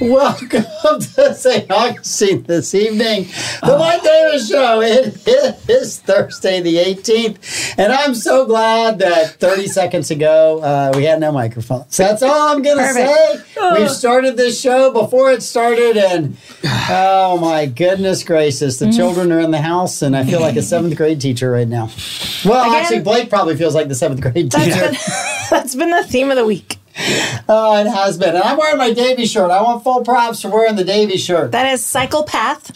Welcome to St. Augustine this evening. The Mike Davis Show. It it is Thursday, the 18th. And I'm so glad that 30 seconds ago uh, we had no microphone. So that's all I'm going to say. We've started this show before it started. And oh my goodness gracious, the children are in the house. And I feel like a seventh grade teacher right now. Well, Again? actually, Blake probably feels like the seventh grade teacher. That's been the theme of the week. Oh, it has been. And I'm wearing my Davy shirt. I want full props for wearing the Davy shirt. That is psychopath.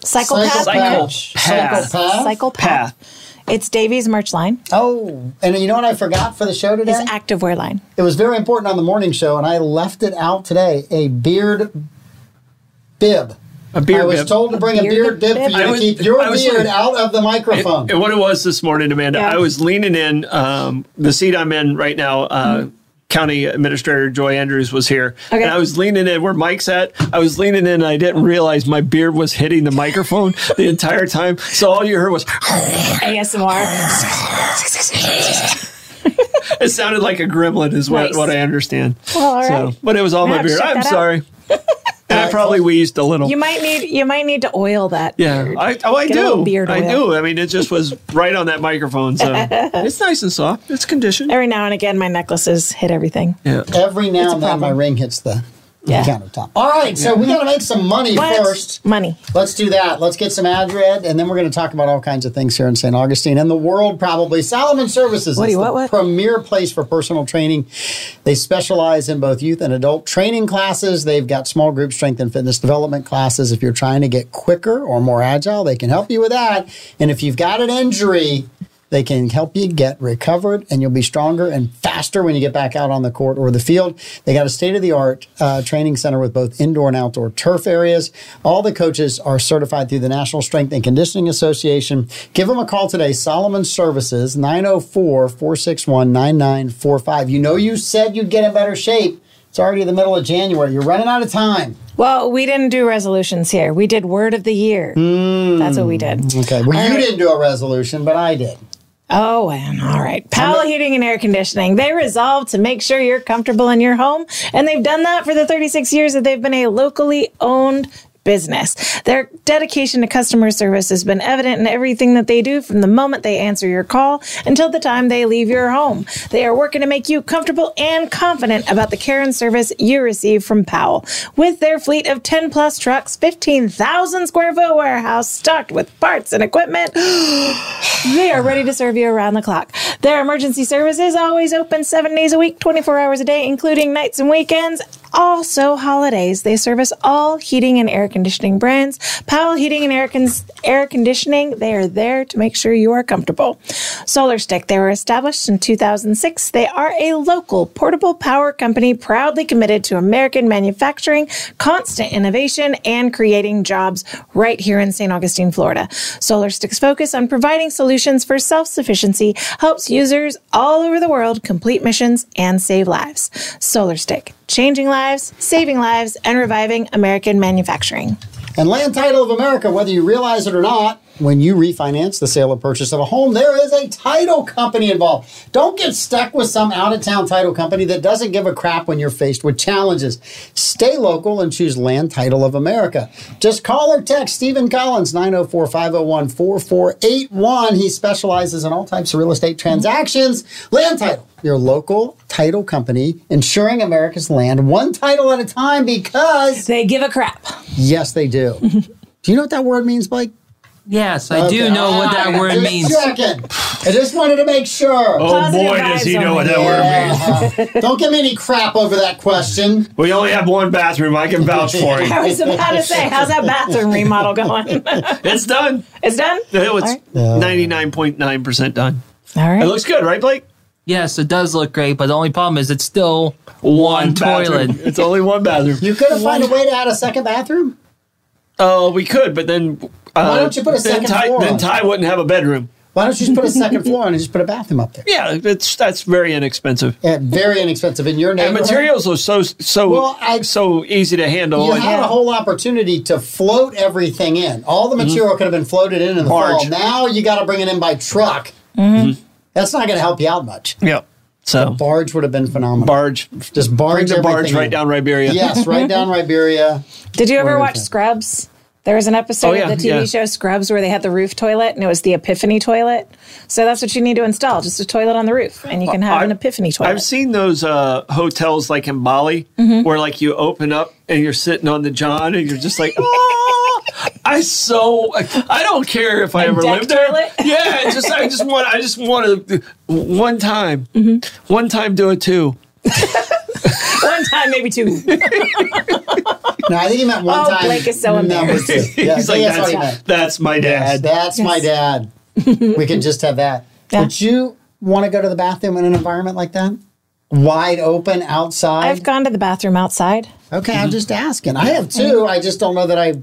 Psychopath. Psychopath. merch. Psychopath. Psychopath. It's Davies merch line. Oh, and you know what I forgot for the show today? His activewear line. it was very important on the morning show, and I left it out today. A beard bib. A beer I was bib. told to bring a beard, beard bib, bib? for you I to was- keep your I was beard like- out of the microphone. And what it was this morning, Amanda, Yeah. I was leaning in um, the seat I'm in right now. Uh, County Administrator Joy Andrews was here, Okay. and I was leaning in where Mike's at. I was leaning in, and I didn't realize my beard was hitting the microphone the entire time. So all you heard was ASMR. it sounded like a gremlin, is what, Nice. what I understand. Well, all so, right. but it was all I'll my have to beard. check I'm that out. sorry, and I probably wheezed a little. You might need you might need to oil that. yeah, beard. I, oh, I Get a little do. beard I oil. do. I mean, it just was right on that microphone, so it's nice and soft. It's conditioned. Every now and again, my necklaces hit everything. Yeah. Every now and then problem. my ring hits the Yeah. countertop. All right, so we got to make some money What? first. Money. Let's do that. Let's get some ad read, and then we're going to talk about all kinds of things here in St. Augustine and the world, probably. Solomon Services What do is you- the what- what? premier place for personal training. They specialize in both youth and adult training classes. They've got small group strength and fitness development classes. If you're trying to get quicker or more agile, they can help you with that. And if you've got an injury, they can help you get recovered and you'll be stronger and faster when you get back out on the court or the field. They got a state of the art uh, training center with both indoor and outdoor turf areas. All the coaches are certified through the National Strength and Conditioning Association. Give them a call today, Solomon Services, 904 461 9945. You know, you said you'd get in better shape. It's already the middle of January. You're running out of time. Well, we didn't do resolutions here. We did word of the year. Hmm. That's what we did. Okay. Well, you right. didn't do a resolution, but I did. Oh, and all right. Powell Heating and Air Conditioning. They resolved to make sure you're comfortable in your home, and they've done that for the 36 years that they've been a locally owned business. Their dedication to customer service has been evident in everything that they do from the moment they answer your call until the time they leave your home. They are working to make you comfortable and confident about the care and service you receive from Powell. With their fleet of 10 plus trucks, 15,000 square foot warehouse stocked with parts and equipment, they are ready to serve you around the clock. Their emergency service is always open seven days a week, 24 hours a day, including nights and weekends. Also, holidays. They service all heating and air conditioning brands. Powell Heating and Air, Cons- air Conditioning, they are there to make sure you are comfortable. Solar Stick, they were established in 2006. They are a local portable power company proudly committed to American manufacturing, constant innovation, and creating jobs right here in St. Augustine, Florida. Solar Stick's focus on providing solutions for self sufficiency helps users all over the world complete missions and save lives. Solar Stick, changing lives, saving lives, and reviving American manufacturing. And Land Title of America, whether you realize it or not, when you refinance the sale or purchase of a home, there is a title company involved. Don't get stuck with some out of town title company that doesn't give a crap when you're faced with challenges. Stay local and choose Land Title of America. Just call or text Stephen Collins, 904 501 4481. He specializes in all types of real estate transactions. Land Title, your local title company, insuring America's land one title at a time because. They give a crap. Yes, they do. do you know what that word means, Blake? Yes, I do know what that word Just means. Checking. I just wanted to make sure. Oh Positive boy, does he vibes know what that only. word means. Yeah. Don't give me any crap over that question. We only have one bathroom. I can vouch for him. I was about to say, how's that bathroom remodel going? It's done. it's done? It was right. ninety nine point nine percent done. All right. It looks good, right, Blake? Yes, it does look great, but the only problem is it's still one bathroom. toilet. It's only one bathroom. You could have found a way to add a second bathroom. Oh, we could, but then uh, Why don't you put a then second Ty, floor Then on? Ty wouldn't have a bedroom. Why don't you just put a second floor on and just put a bathroom up there? Yeah, it's that's very inexpensive. Yeah, very inexpensive in your And neighborhood. materials Oh, are so so Well, I- so easy to handle. You And- had a whole opportunity to float everything in. All the material could have been floated in in the Mm-hmm. Barge. Mm-hmm. fall. Now you got to bring it in by truck. That's not going to help you out much. yeah. So Barge would have been phenomenal. barge, Just barge bring the barge everything right in. down Riberia. yes, right down Riberia. Did you ever Wonderful. watch Scrubs? There was an episode Oh, yeah, of the TV yeah. show Scrubs where they had the roof toilet and it was the epiphany toilet. So that's what you need to install, just a toilet on the roof and you can have an I've- epiphany toilet. I've seen those uh, hotels like in Bali Mm-hmm. where like you open up and you're sitting on the john and you're just like, oh, I so I don't care if I ever deck live there. toilet? Yeah, I just I just want I just want to one time, Mm-hmm. one time do it too. One time, maybe two. No, I think he meant one Oh, time. Blake is so number embarrassed. two. Yeah, I He's think like, that's what that's, he meant. that's my Yes, dad. that's my dad. we can just have that. Yeah. Would you want to go to the bathroom in an environment like that? Wide open outside? I've gone to the bathroom outside. okay, Mm-hmm. I'm just asking. I have Mm-hmm. too. I just don't know that I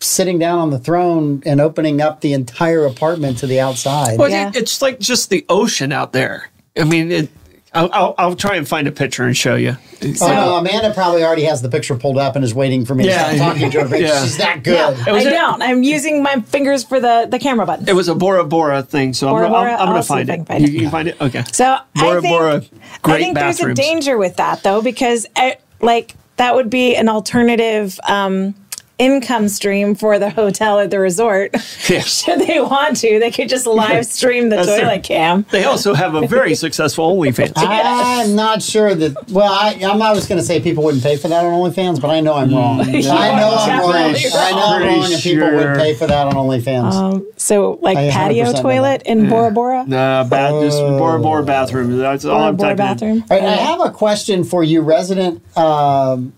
sitting down on the throne and opening up the entire apartment to the outside. Well, Yeah. it, it's like just the ocean out there. I mean, it, I'll, I'll, I'll try and find a picture and show you. Oh, no, Amanda probably already has the picture pulled up and is waiting for me Yeah. to start talking to her. Yeah. She's that good. Yeah, I Oh. was a- don't. I'm using my fingers for the, the camera button. It was a Bora Bora thing, so Bora I'm, gonna- Bora, I'm, I'm I'll going see to if find I can it. find you it. can find it? Okay. So I Bora think, Bora, I uh, great think there's a bathrooms. danger with that though, because eh, like that would be an alternative um, income stream for the hotel or the resort. Yeah. Should they want to, they could just live stream the That's their- toilet cam. They also have a very successful OnlyFans. I'm not sure that. Well, I, I'm I was going to say people wouldn't pay for that on OnlyFans, but I know I'm wrong. I know I'm wrong. I Pretty know I'm sure. wrong, and people would pay for that on OnlyFans. Um, so like I 100% patio know that. toilet in Bora Bora, Nah, Uh, bad, just Oh. Bora Bora bathroom. That's all Bora I'm Bora typing in. bathroom. All right, I have a question for you, resident, um,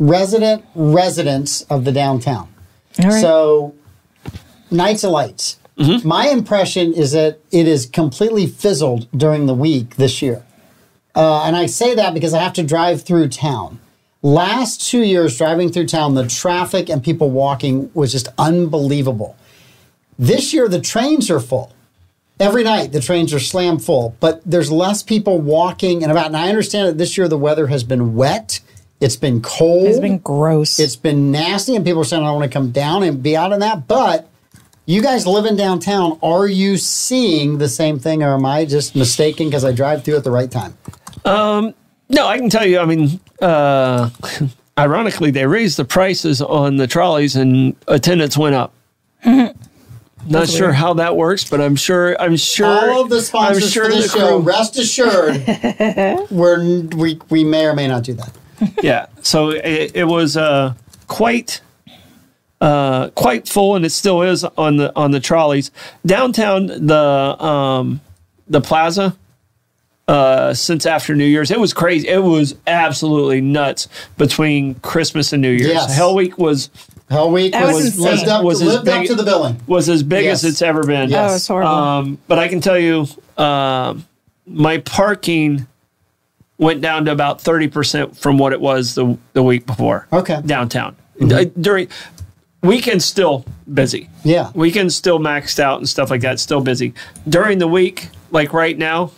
resident residents of the downtown. All right. So, nights of lights. My impression is that it is completely fizzled during the week this year. Uh, and I say that because I have to drive through town. Last two years, driving through town, the traffic and people walking was just unbelievable. This year, the trains are full. Every night, the trains are slam full, but there's less people walking and about. And I understand that this year the weather has been wet, it's been cold, it's been gross. it's been nasty, and people are saying, I want to come down and be out in that. But you guys living downtown, are you seeing the same thing, or am I just mistaken because I drive through at the right time? No, I can tell you. I mean, uh, ironically, they raised the prices on the trolleys and attendance went up. Mm-hmm. Not sure how that works, but I'm sure. I'm sure. All of the sponsors I'm sure for this the show, crew- rest assured, we're, we, we may or may not do that. yeah. So it, it was uh, quite uh, quite full, and it still is on the on the trolleys downtown. The um, the plaza uh, since after New Year's, it was crazy. It was absolutely nuts between Christmas and New Year's. Yes. Hell Week was Hell Week That was was, insane. lived, up, Was as lived up big- to the billing. was as big Yes. as it's ever been. Yes. oh, it's horrible. Um, but I can tell you, um, my parking went down to about thirty percent from what it was the the week before. Okay. downtown Mm-hmm. Uh, during weekends still busy. Yeah. weekends still maxed out and stuff like that. Still busy during the week. Like right now,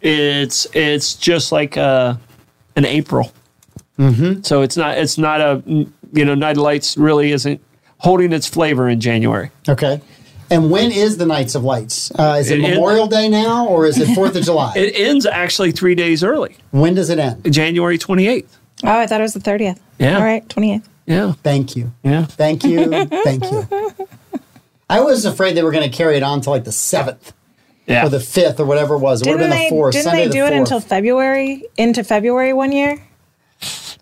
it's it's just like uh, an April. Mm-hmm. So it's not it's not a you know Night of Lights really isn't holding its flavor in January. Okay. And when is the Nights of Lights? Uh, is it, It- it- Memorial Day now, or is it 4th of July? It ends actually three days early, when does it end? January 28th. oh, I thought it was the thirtieth. Yeah. All right, twenty eighth. Yeah. Thank you. Yeah. Thank you. Thank you. I was afraid they were going to carry it on to like the seventh Yeah. or the fifth or whatever it was. It would have Didn't been the they? fourth. Didn't Sunday they the do it fourth. until February? Into February one year?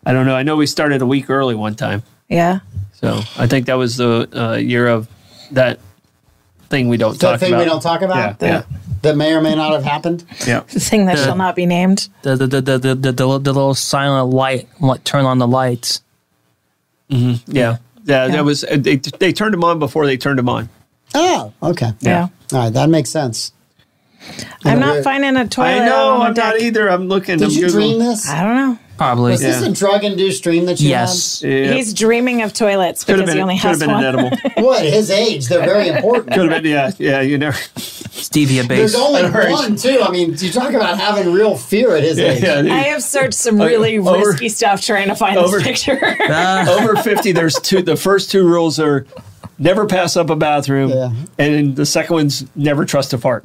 I don't know. I know we started a week early one time. Yeah. So I think that was the uh, year of that thing we don't the talk thing we about. don't talk about Yeah. that, that may or may not have happened? yeah. The thing that shall not be named. The the the the the, the, the, the little silent light, like, turn on the lights. Yeah. Yeah. That was, uh, they, they turned them on before they turned them on. Oh, okay. Yeah. All right. That makes sense. Yeah, I'm not we're- finding a toilet. I know. on I'm the not deck. either. I'm looking. Did I'm you dream Googling. this? I don't know. Probably. Was this a drug induced dream that you Um, Yes. Yeah. He's dreaming of toilets could have because been, he only could have has been one. an edible. had? What? His age? They're very important. could have been, yeah. Yeah. You know. Stevia There's base. only I've heard. one, too. I mean, you talk about having real fear at his Yeah. age. yeah. I have searched some really over- risky stuff trying to find over- this picture. Ah, over 50 there's two the first two rules are never pass up a bathroom Yeah. and the second one's never trust a fart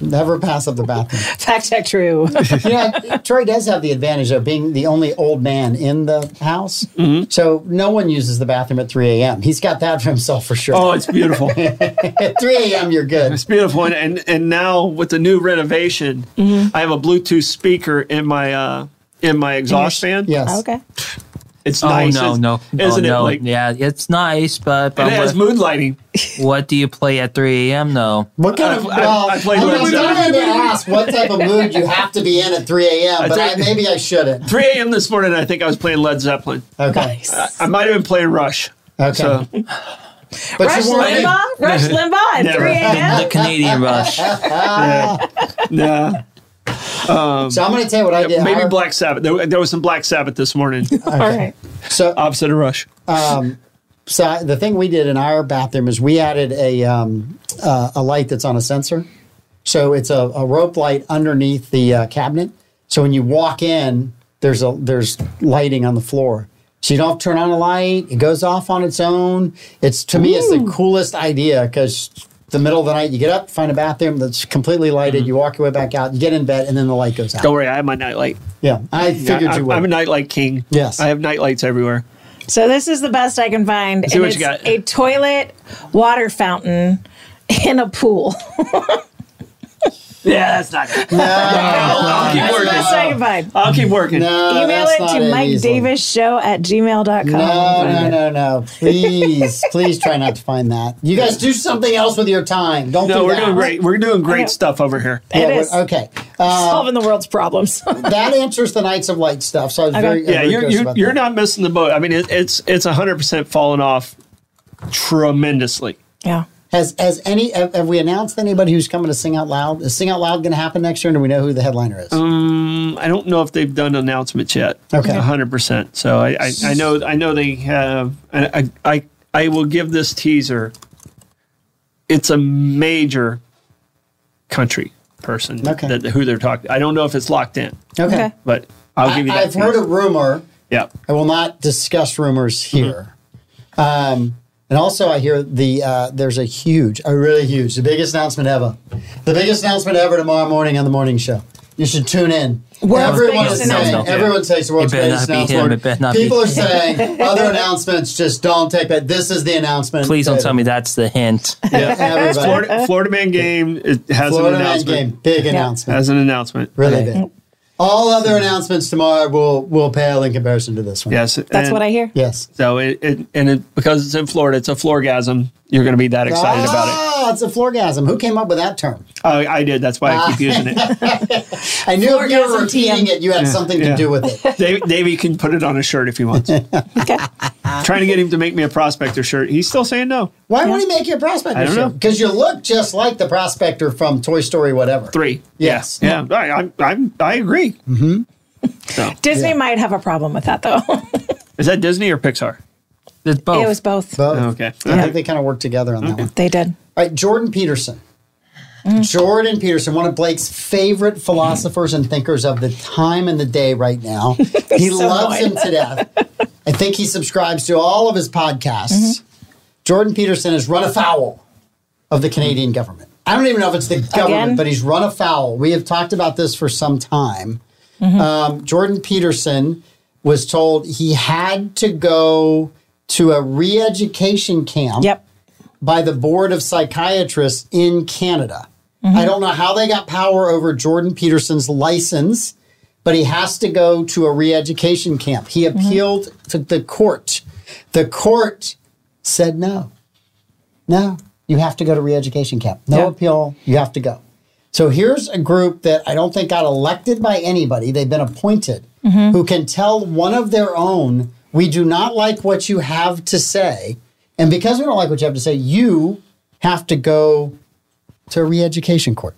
Never pass up the bathroom. Fact check true. you know, Troy does have the advantage of being the only old man in the house. Mm-hmm. So no one uses the bathroom at 3 a.m. He's got that for himself for sure. Oh, it's beautiful. At 3 a.m., you're good. It's beautiful, and, and and now with the new renovation, I have a Bluetooth speaker in my uh in my exhaust fan. Yes. okay. it's Oh nice. no, It's- no, isn't oh, no. it? Like, yeah, it's nice, but, and but it has what, mood lighting. what do you play at 3 a.m. though? What kind of? I- I- Well, I, I played am Led dying to ask what type of mood you have to be in at 3 a.m., but I, think- maybe I shouldn't. 3 a.m. this morning, I think I was playing Led Zeppelin. Okay. I, I might have been playing Rush. Okay. So But Rush you weren't- Limbaugh? Rush Limbaugh at Never. 3 a.m.? The Canadian Rush. yeah, yeah. So I'm going to tell you what I did. maybe I- Black Sabbath. There, there was some Black Sabbath this morning, All right. So opposite of Rush. So I- the thing we did in our bathroom is we added a um, uh, a light that's on a sensor. So it's a, a rope light underneath the uh, cabinet. So when you walk in, there's a there's lighting on the floor. So you don't have to turn on a light. It goes off on its own. It's to me, it's the coolest idea because the middle of the night you get up, find a bathroom that's completely lighted. You walk your way back out, you get in bed, and then the light goes out. Mm-hmm. Don't worry, I have my nightlight. Yeah, I I, figured you would. am a nightlight king. Yes. I have nightlights everywhere. So this is the best I can find. see and what it's you got. a toilet, water fountain, and a pool. Yeah, that's not good. I'll keep That's the working. best I can find. Uh, I'll keep working. no, Email that's it not to Mike easy. Davis Show at gmail.com. No, no, no, no. Please, please try not to find that. You guys do something else with your time. Don't No, do we're that. doing great. We're doing I know. great stuff over here. Yeah, It we're- is. Okay. Uh, Solving the world's problems. that answers the Knights of Light stuff. So I was very, Yeah, very you're curious you're, about you're that. not missing the boat. I mean, it, it's it's 100 percent fallen off tremendously. yeah. Has has any have, have we announced anybody who's coming to Sing Out Loud? Is Sing Out Loud going to happen next year? And do we know who the headliner is? Um, I don't know if they've done announcements yet. Okay. hundred percent. So I, I, I know I know they have. I, I I I will give this teaser. It's a major country person Okay. that who they're talking. I don't know if it's locked in, okay. okay. but I'll give you I, that. have heard a teaser. rumor. Yeah. I will not discuss rumors Mm-hmm. here. Um, and also, I hear the uh, there's a huge, a really huge, the biggest announcement ever, the biggest announcement ever tomorrow morning on the morning show. You should tune in. World's everyone biggest is saying, announcement. everyone says the world's It better greatest not be him. announcement. It better not be People are him. saying other announcements just don't take. But this is the announcement. Please don't that tell me that's the hint. Yeah. Everybody, Florida, Florida, Florida man game it has an Man announcement. game, big announcement, Has an announcement. really big. All other announcements tomorrow will will pale in comparison to this one. Yes. That's what I hear. Yes. So it, it and it, because it's in Florida, it's a floorgasm. You're going to be that excited about it. Oh, Ah, it's a floorgasm. Who came up with that term? I, I did. That's why I keep using it. I knew if you were Floorgasm repeating TM. it, you had something to yeah. do with it. Dave, Davey can put it on a shirt if he wants. Okay. Trying to get him to make me a prospector shirt. He's still saying no. Why would he make you a prospector? I don't know. Because you look just like the prospector from Toy Story, whatever. Three. Yes. Yeah. yeah. I, I'm- I'm- I agree. Mm-hmm. So, Disney might have a problem with that, though. is that Disney or Pixar? It's both. It was both. Both. Okay. I think they kind of work together on that one. They did. All right, Jordan Peterson. Mm. Jordan Peterson, one of Blake's favorite philosophers and thinkers of the time and the day right now. he so loves annoyed. him to death. I think he subscribes to all of his podcasts. Mm-hmm. Jordan Peterson has run afoul of the Canadian government. I don't even know if it's the government, Again? but he's run afoul. We have talked about this for some time. Mm-hmm. Um, Jordan Peterson was told he had to go to a re education camp Yep. by the board of psychiatrists in Canada. I don't know how they got power over Jordan Peterson's license, but he has to go to a re-education camp. He appealed to the court. The court said no. No, you have to go to re-education camp. No Yeah. appeal, you have to go. So here's a group that I don't think got elected by anybody. They've been appointed who can tell one of their own, we do not like what you have to say. And because we don't like what you have to say, you have to go to a re-education court.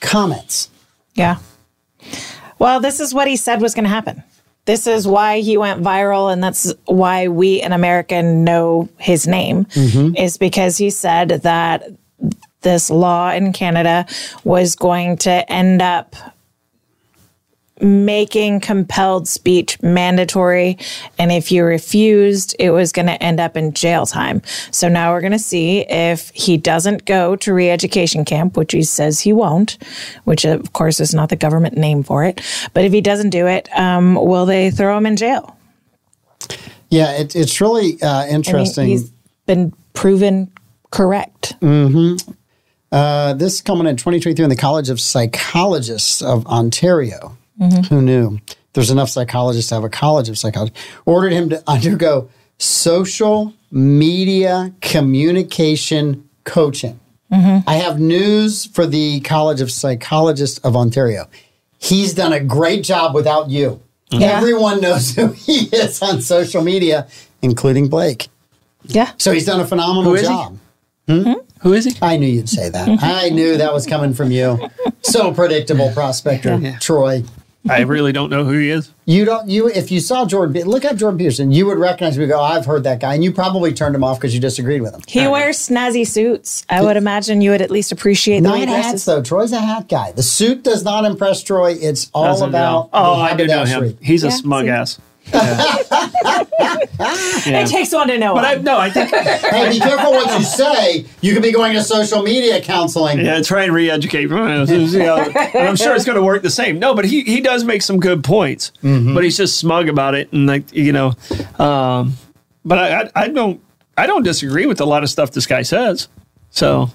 Comments. Yeah. Well, this is what he said was going to happen. This is why he went viral, and that's why we in America know his name, is because he said that this law in Canada was going to end up making compelled speech mandatory. And if you refused, it was going to end up in jail time. So now we're going to see if he doesn't go to re education camp, which he says he won't, which of course is not the government name for it. But if he doesn't do it, um, will they throw him in jail? Yeah, it, it's really uh, I mean, interesting. Mm. he's been proven correct. Uh, this coming in 2023 in the College of Psychologists of Ontario. Mm-hmm. Who knew? There's enough psychologists to have a college of psychology. Ordered him to undergo social media communication coaching. Mm-hmm. I have news for the College of Psychologists of Ontario. He's done a great job without you. Everyone knows who he is on social media, including Blake. Yeah. So he's done a phenomenal is he? job. Who is he? I knew you'd say that. I knew that was coming from you. So predictable, prospector Troy. I really don't know who he is. You don't you if you saw Jordan, Pe- look up Jordan Peterson. You would recognize me. Go, I've heard that guy, and you probably turned him off because you disagreed with him. He wears snazzy suits. I would imagine you would at least appreciate the way he Nine dresses. hats though. Troy's a hat guy. The suit does not impress Troy. It's all Doesn't about know. Oh, the I do know haberdashery. him. He's a Yeah, smug see? ass. It takes one to know one. But I no, I think Hey, be careful what you say. You could be going to social media counseling. yeah, try and re-educate. him. You know, and I'm sure it's going to work the same. No, but he he does make some good points, but he's just smug about it, and like you know, um, but I, I I don't I don't disagree with a lot of stuff this guy says. So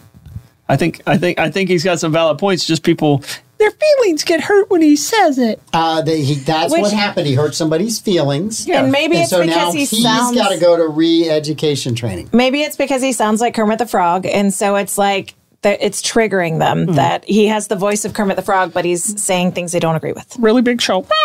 I think I think I think he's got some valid points. Just people, their feelings get hurt when he says it. Uh, they, he, that's Which- what happened. He hurt somebody's feelings. Yeah. And maybe and it's so now because he he's sounds. got to go to re-education training. Maybe it's because he sounds like Kermit the Frog, and so it's like that it's triggering them Hmm. that he has the voice of Kermit the Frog, but he's saying things they don't agree with. Really big show.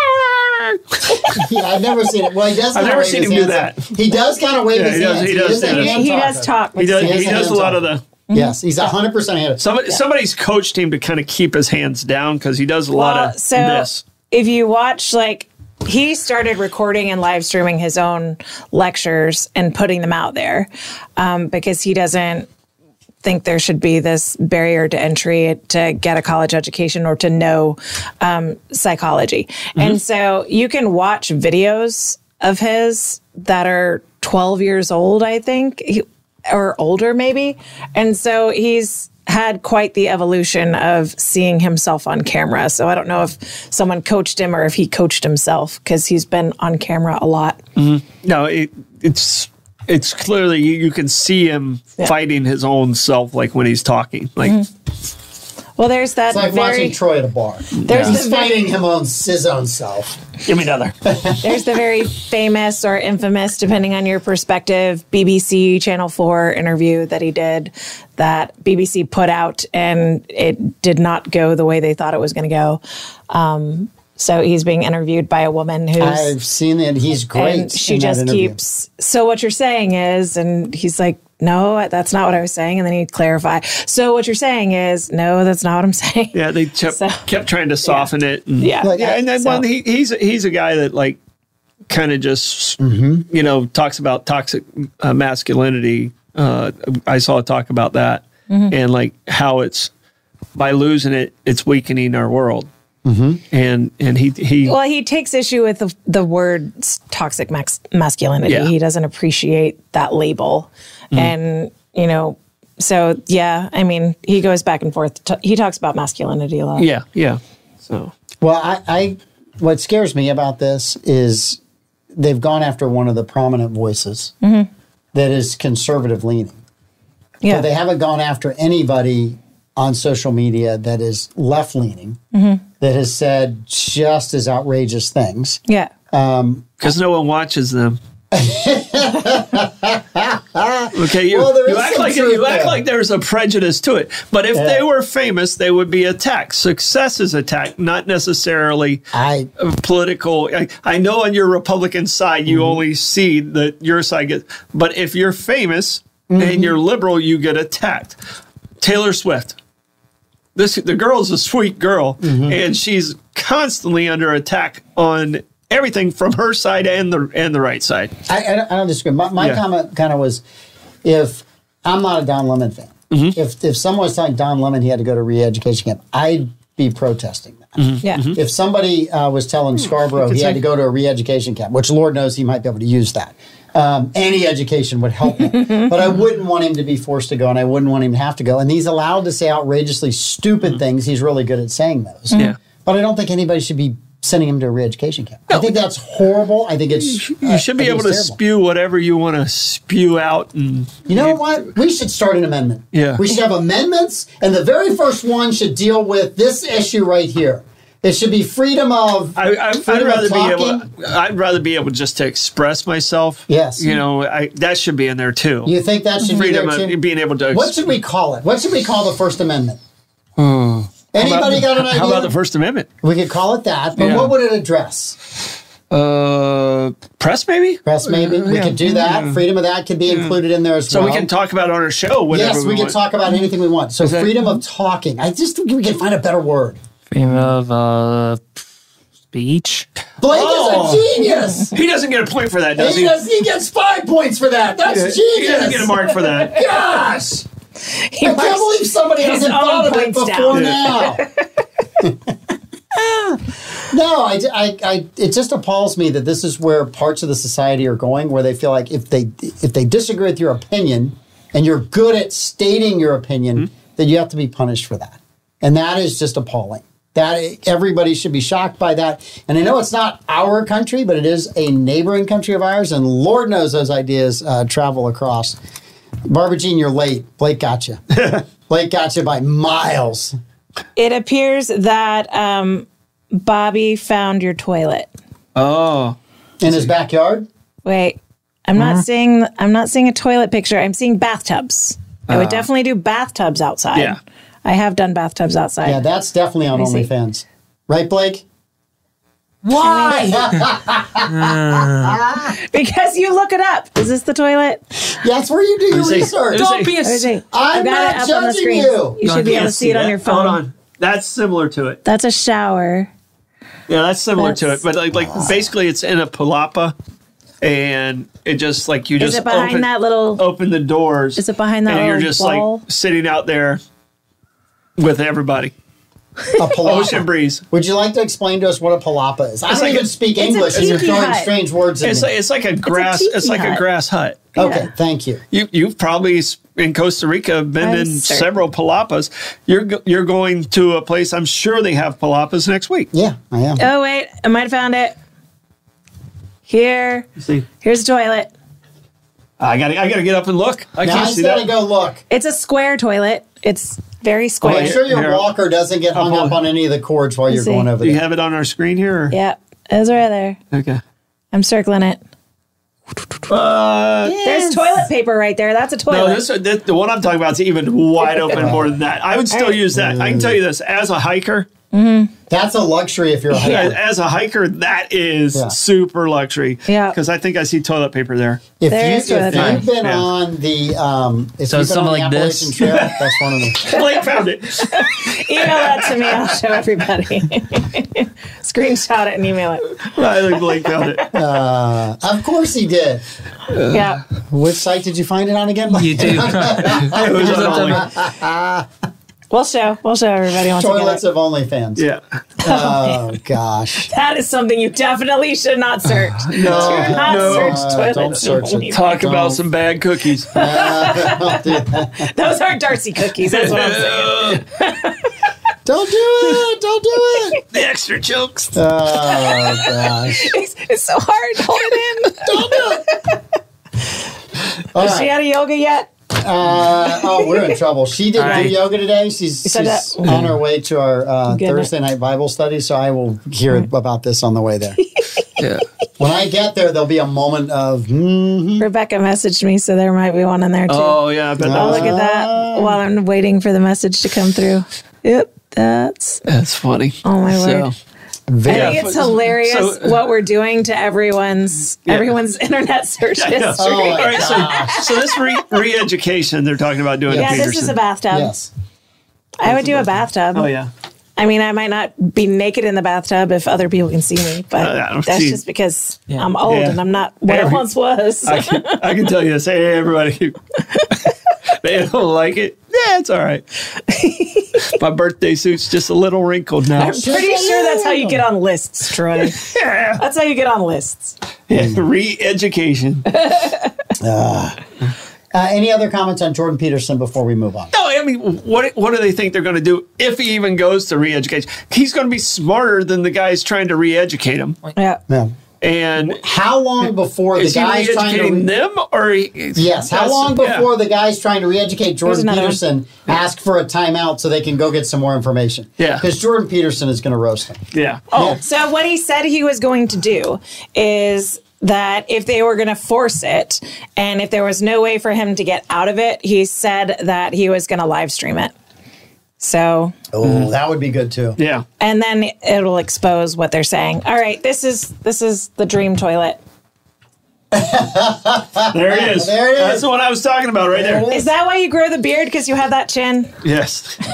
Yeah, I've never seen it. Well, he does. I've kinda never wave seen his him do hands up. He does kind of wave Yeah, his he does- hands. he does is a do that. He, hand he talker. does talk. He with does. Yes, He does a hands lot up. of the. Yes, he's hundred percent ahead of. Somebody, somebody's coached him to kind of keep his hands down because he does a Well, lot of so this. if you watch like he started recording and live streaming his own lectures and putting them out there um, because he doesn't think there should be this barrier to entry to get a college education or to know um, psychology. Mm-hmm. And so you can watch videos of his that are 12 years old, I think, he- or older maybe. And so he's had quite the evolution of seeing himself on camera. So I don't know if someone coached him or if he coached himself because he's been on camera a lot. No, it, it's it's clearly you, you can see him fighting his own self, like when he's talking. Like Mm-hmm. Well, there's It's that like very watching Troy at a bar. there's He's the very- fighting him on his own self. give me another. There's the very famous or infamous, depending on your perspective, BBC Channel 4 interview that he did that BBC put out, and it did not go the way they thought it was going to go. Um, so he's being interviewed by a woman who's. I've seen it. He's great. and she in that just interview. keeps, so what you're saying is, and he's like, no, that's not what I was saying. And then he'd clarify, so what you're saying is, no, that's not what I'm saying. Yeah, they kept, So- kept trying to soften it. And, Yeah. Like, yeah, and then So- well, he, he's he's a guy that like kind of just you know talks about toxic uh, masculinity. Uh, I saw a talk about that Mm-hmm. and like how it's by losing it, it's weakening our world. Mm-hmm. And and he he Well, he takes issue with the, the word s- toxic max, masculinity. Yeah. Mm. He doesn't appreciate that label. And, you know, so yeah, I mean, he goes back and forth. T- he talks about masculinity a lot. yeah yeah so Well, I, I what scares me about this is they've gone after one of the prominent voices Mm-hmm. that is conservative leaning. Yeah. But they haven't gone after anybody on social media that is left leaning that has said just as outrageous things. yeah. because no one watches them. okay, you, Well, there you is act some like truth you act there. like there's a prejudice to it. But if they were famous, they would be attacked. Success is attacked, not necessarily I political. I, I know on your Republican side, Mm-hmm. you only see that your side gets, but if you're famous and Mm-hmm. you're liberal, you get attacked. Taylor Swift. This the girl's a sweet girl, Mm-hmm. and she's constantly under attack on everything from her side and the and the right side. I, I, don't, I don't disagree. My, my Yeah. comment kind of was if I'm not a Don Lemon fan, if, if someone was telling Don Lemon he had to go to re education camp, I be protesting that. Yeah. Mm-hmm. If somebody uh, was Hmm, telling Scarborough he had to go to a re-education camp, which Lord knows he might be able to use that. Um, any education would help him, but I wouldn't want him to be forced to go, and I wouldn't want him to have to go. And he's allowed to say outrageously stupid things. He's really good at saying those. Mm-hmm. Yeah. But I don't think anybody should be sending him to a re-education camp. I think that's horrible. I think it's You should be able to spew whatever you want to spew out, and You know what? We should start an amendment. Yeah. We should have amendments, and the very first one should deal with this issue right here. It should be freedom of. I, I, I'd freedom of rather be talking. able. I'd rather be able just to express myself. Yes. you know I, that should be in there too. You think that should Freedom be there too? of being able to. ex- What should we call it? What should we call the First Amendment? Anybody got an idea? How about the First Amendment? we could call it that, but Yeah. what would it address? Uh, press maybe. Press maybe. we could do that. Freedom of that could be included in there as So well. we can talk about on our show. Whatever Yes, we, can want. talk about anything we want. So that- freedom of talking. I just think we can find a better word. Freedom of uh, speech. Blake is Oh. a genius. He doesn't get a point for that, does He, he? does, he gets five points for that. That's He genius. doesn't get a mark for that. Gosh, He I can't marks- believe somebody his hasn't own thought of it points before down. now. no, I, I, I, it just appalls me that this is where parts of the society are going, where they feel like if they if they disagree with your opinion and you're good at stating your opinion, that you have to be punished for that, and that is just appalling. That everybody should be shocked by that, and I know it's not our country, but it is a neighboring country of ours, and Lord knows those ideas uh, travel across. Barbara Jean, you're late. Blake got you. Blake got you by miles. It appears that um, Bobby found your toilet. Oh, In his backyard? Wait, I'm Mm-hmm. not seeing. I'm not seeing a toilet picture. I'm seeing bathtubs. I would definitely do bathtubs outside. Uh. Yeah. I have done bathtubs outside. Yeah, that's definitely on me see. OnlyFans. Right, Blake? because you look it up. Is this the toilet? That's where you do your see. research. There's Don't be a. Or is s- it- I'm I've got not it up on the judging screen. you. You should be able to see it on your phone. Hold on, that's similar to it. That's a shower. Yeah, that's similar to it. That's- But like, like basically, it's in a palapa, and it just like you Is just it behind open, that little? open the doors. Is it behind that and you're little just wall? like sitting out there with everybody. A palapa. Ocean breeze. Would you like to explain to us what a palapa is? I don't like even a- speak a English and you're tiki throwing hut. strange words at It's me. like, it's like a grass. It's, tiki like a hut. grass hut. okay, yeah. thank you. You you've probably s- in Costa Rica been I'm in certain. several palapas. You're go- you're going to a place. I'm sure they have palapas next week. Yeah, I am. Oh wait, I might have found it. Here, See, here's a toilet. I got to I got to get up and look. I now can't I see just that. gotta go look. It's a square toilet. It's Oh, very square. Make sure your Here. walker doesn't get hung hold up it. on any of the cords while you're see. going over Do you there. have it on our screen here? Or? Yeah, it's right there. Okay. I'm circling it. Uh, There's toilet paper right there. That's a toilet. no, this, this the one I'm talking about is even wide open more than that. I would still use that. I can tell you this as a hiker. That's a luxury if you're a hiker. Yeah, uh, as a hiker, that is Yeah. super luxury. Yeah. Because I think I see toilet paper there. If, you, There is if toilet paper. you've been Yeah. on the um, if So you've been something on the like this? Appalachian Trail, that's one of them. Blake found it. email that to me. I'll show everybody. Screenshot it and email it. I think Blake found it. Of course he did. Uh. Yeah. Which site did you find it on again? You do. It was on Something- Only- We'll show. We'll show everybody once Toilets again. of OnlyFans. Yeah. Oh gosh. Uh, That is something you definitely should not search. No, do not no. search Uh, toilets. don't search it. Talk Don't. about some bad cookies. Those aren't Darcy cookies. That's what I'm saying. the Don't do it. Don't do it. extra jokes. Oh gosh. It's, it's so hard to hold it in. All Is she right. out of yoga yet? Uh, oh, we're in trouble. She didn't All do right. yoga today. She's, said she's that- on her way to our uh, Good night. Thursday night Bible study, so I will hear about this on the way there. Yeah. When I get there, there'll be a moment of hmm Rebecca messaged me, so there might be one in there too. Oh, yeah. I bet that I'll was, look at that while I'm waiting for the message to come through. Yep, that's That's funny. oh my So- word. I very. think it's but- hilarious so- uh, what we're doing to everyone's everyone's internet search I know. history. Oh, my All right, so, so this re- re-education they're talking about doing. Yeah, at yeah, this Peterson. is a bathtub. Yes. I would do a bathtub. Oh yeah. I mean, I might not be naked in the bathtub if other people can see me, but Uh, I don't that's see- just because I'm old Yeah. and I'm not what I Every- once was. I can, I can tell you this. Hey, everybody. They don't like it. Yeah, it's all right. My birthday suit's just a little wrinkled now. I'm pretty sure that's how you get on lists, Troy. That's how you get on lists. Re-education. Uh, any other comments on Jordan Peterson before we move on? No, I mean, what what do they think they're going to do if he even goes to re-education? He's going to be smarter than the guys trying to re-educate him. Yeah. Yeah. And How long before the is he guys trying to re-educating re- them or he- Yes. How that's- long yeah. before the guys trying to re-educate Jordan another one. Peterson ask for a timeout so they can go get some more information? Yeah. Because Jordan Peterson is going to roast them. Yeah. Oh, So what he said he was going to do is that if they were going to force it and if there was no way for him to get out of it, he said that he was going to live stream it. So, Oh, that would be good too. yeah. and then it'll expose what they're saying. All right, this is this is the dream toilet. There it is. There it is. That's the one I was talking about right there. Is that why you grow the beard because you have that chin? Yes. it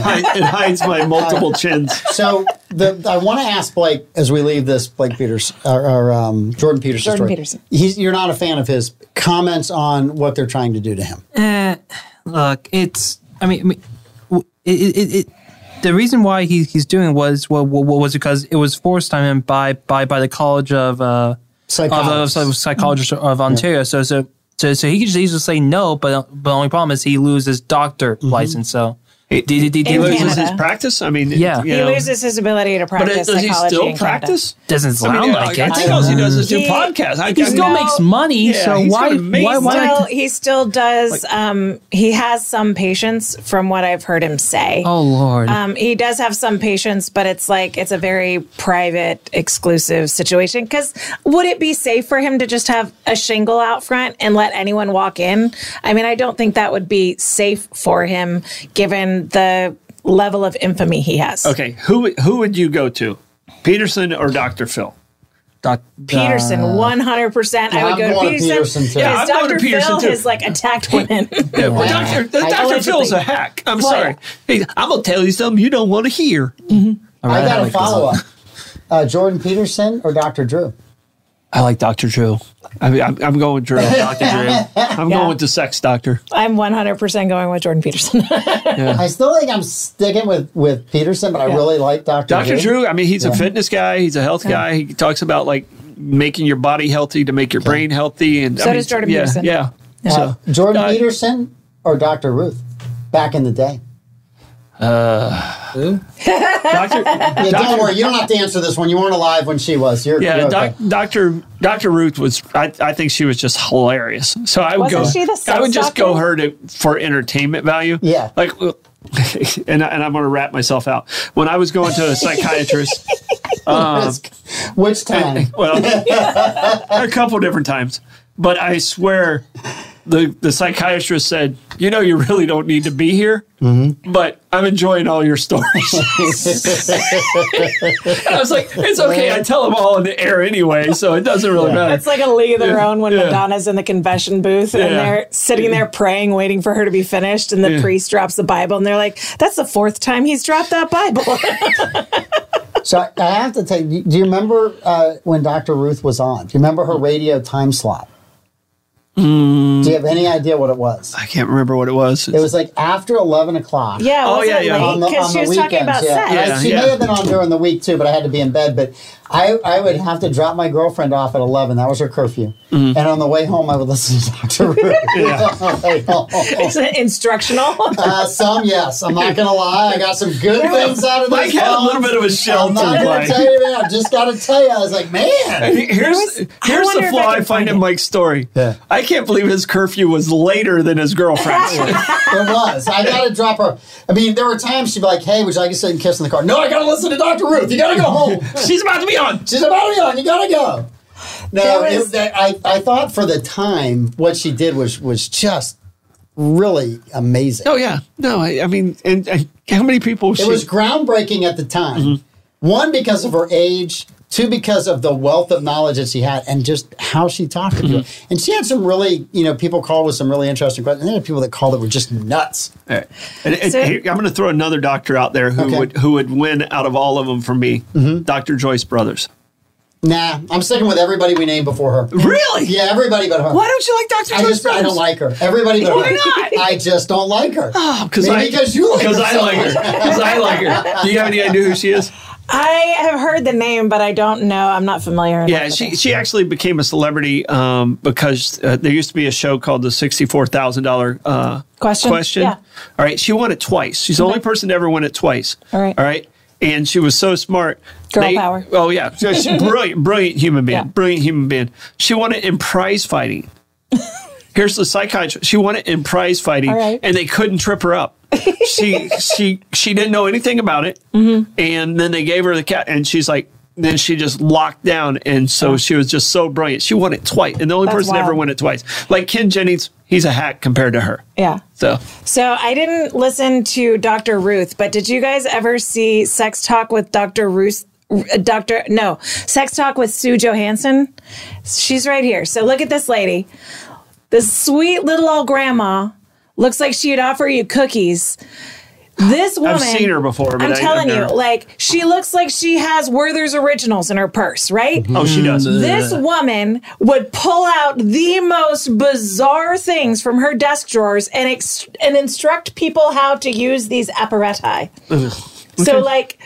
hides it hides my multiple chins. So the I want to ask Blake as we leave this Blake Peters or, or um, Jordan Peterson. Jordan story. Peterson. He's, you're not a fan of his comments on what they're trying to do to him. Eh, Look, it's. I mean, I mean, w- it, it, it, the reason why he, he's doing was what well, was because it was forced on him by by by the College of uh, of, of Psychologists. psych- psychologists Mm-hmm. of Ontario. So so so so he could just easily say no, but but the only problem is he loses doctor license. So he, Mm-hmm. He In loses Canada. his practitice. I mean, Yeah. you He know. loses his ability to But practice it, does he psychology still in Canada. practice? doesn't I sound mean, I, like I it. think all he does is do He- podcasts. I, he I still mean, makes money, Yeah, so he's why gonna make why Still, why? he still does. um, he has some patience, from what I've heard him say. Oh lord. Um, he does have some patience, but it's like it's a very private, exclusive situation. Because would it be safe for him to just have a shingle out front and let anyone walk in? I mean, I don't think that would be safe for him, given the level of infamy he has. Okay, who who would you go to, Peterson or Doctor Phil? Doc- Peterson, one hundred percent. I Uh, Yeah, I'm would go to going to Peterson. Peterson, too. Yeah, I'm because going to Dr. Peterson, Phil too. has like attacked women. Yeah, well, Wow. Doctor, I Doctor allegedly- Phil's a hack. I'm sorry. Hey, I'm gonna tell you something you don't want to hear. All right, I got a like this. follow up. Uh, Jordan Peterson or Dr. Drew? I like Doctor Drew. I mean, I'm, I'm going Drew. Dr. Drew. I'm going with the sex doctor. I'm one hundred percent going with Jordan Peterson. I still think I'm sticking with, with Peterson, but I really like Dr. Doctor Drew. Drew. I mean, he's a fitness guy. He's a health guy. He talks about like making your body healthy to make your brain healthy. And So I mean, does Jordan yeah, Peterson. Yeah. Uh, So Jordan uh, Peterson or Dr. Ruth back in the day? Doctor. Yeah, don't worry. You don't have to answer this one. You weren't alive when she was. You're, Yeah, you're okay. doc, Doctor Doctor Ruth was. I, I think she was just hilarious. So I would Wasn't go. she the I would sex just doctor? go her to for entertainment value. Yeah. like. And, I- and I'm going to wrap myself out. When I was going to a psychiatrist, Which time? well, a couple different times, but I swear the, the psychiatrist said, You know, you really don't need to be here, Mm-hmm. but I'm enjoying all your stories. I was like, It's okay. I tell them all in the air anyway, so it doesn't really matter. It's like a league of their own when yeah. Madonna's in the confession booth and Yeah. they're sitting there praying, waiting for her to be finished. And the Yeah. priest drops the Bible and they're like, that's the fourth time he's dropped that Bible. So I I have to tell you, do you remember uh, when Dr. Ruth was on? Do you remember her radio time slot? Do you have any idea what it was? Hmm. I can't remember what it was. It was like after 11 o'clock. yeah, Oh, wasn't yeah, it yeah. late? On the, Because on she the was talking weekends, about yeah. sex. I- she Yeah, may yeah. have been on during the week too, but I had to be in bed. But I, I would have to drop my girlfriend off at eleven. That was her curfew. Mm-hmm. And on the way home, I would listen to Doctor Ruth. On the way home. It's instructional. Uh, some yes, I'm not gonna lie. I got some good things out of this. Mike had a little Bones. bit of a I'm shelter not gonna life. tell you that. I just gotta tell you, I was like, man. Here's I here's wonder the if flaw I can I, find find in it. Mike's story. Yeah. I can't believe his curfew was later than his girlfriend's. It was. I gotta drop her. I mean, there were times she'd be like, "Hey, would you like to sit and kiss in the car?" No, I gotta listen to Doctor Ruth. You gotta go home. She's about to be on. She's a battery on. You gotta go. No, There was- it- that- I, I thought for the time what she did was was just really amazing. Oh yeah, no, I, I mean, and, and how many people? It was groundbreaking at the time. One because of her age. Two because of the wealth of knowledge that she had, and just how she talked to people. And she had some really, you know, people called with some really interesting questions. And there were people that called that were just nuts. And- and So- here, I'm going to throw another doctor out there who Okay. Mm-hmm. would who would win out of all of them for me, Doctor Joyce Brothers. Nah, I'm sticking with everybody we named before her. Really? Yeah, everybody but her. Why don't you like Dr. I just I don't like her. Everybody but Why her. not? I just don't like her. because Maybe I because you like her because I so like her much. because I like her. Do you have any idea who she is? I have heard the name, but I don't know. I'm not familiar. enough Yeah, with she it. she actually became a celebrity um, because uh, there used to be a show called the sixty four thousand thousand dollar uh, Question? Question. Yeah. All right, she won it twice. She's the only person to ever win it twice. All right. All right. And she was so smart. Girl power. Oh yeah, So she's brilliant, brilliant human being, Yeah. brilliant human being. She won it in prize fighting. Here's the psychiatrist. She won it in prize fighting, All right. and they couldn't trip her up. she she she didn't know anything about it, Mm-hmm. and then they gave her the cat, and she's like, then she just locked down, and so she was just so brilliant. She won it twice, and the only That's person to ever wild. won it twice. Like Ken Jennings, he's a hack compared to her. Yeah. So So I didn't listen to Dr. Ruth, but did you guys ever see Sex Talk with Dr. Ruth? Dr. No, Sex Talk with Sue Johansson. She's right here. So look at this lady. This sweet little old grandma looks like she'd offer you cookies. This woman, seen her before, but Oh, I'm I- I've telling you, never- like she looks like she has Werther's Originals in her purse, right? oh, she does. This woman would pull out the most bizarre things from her desk drawers and ex- and instruct people how to use these apparatus. So like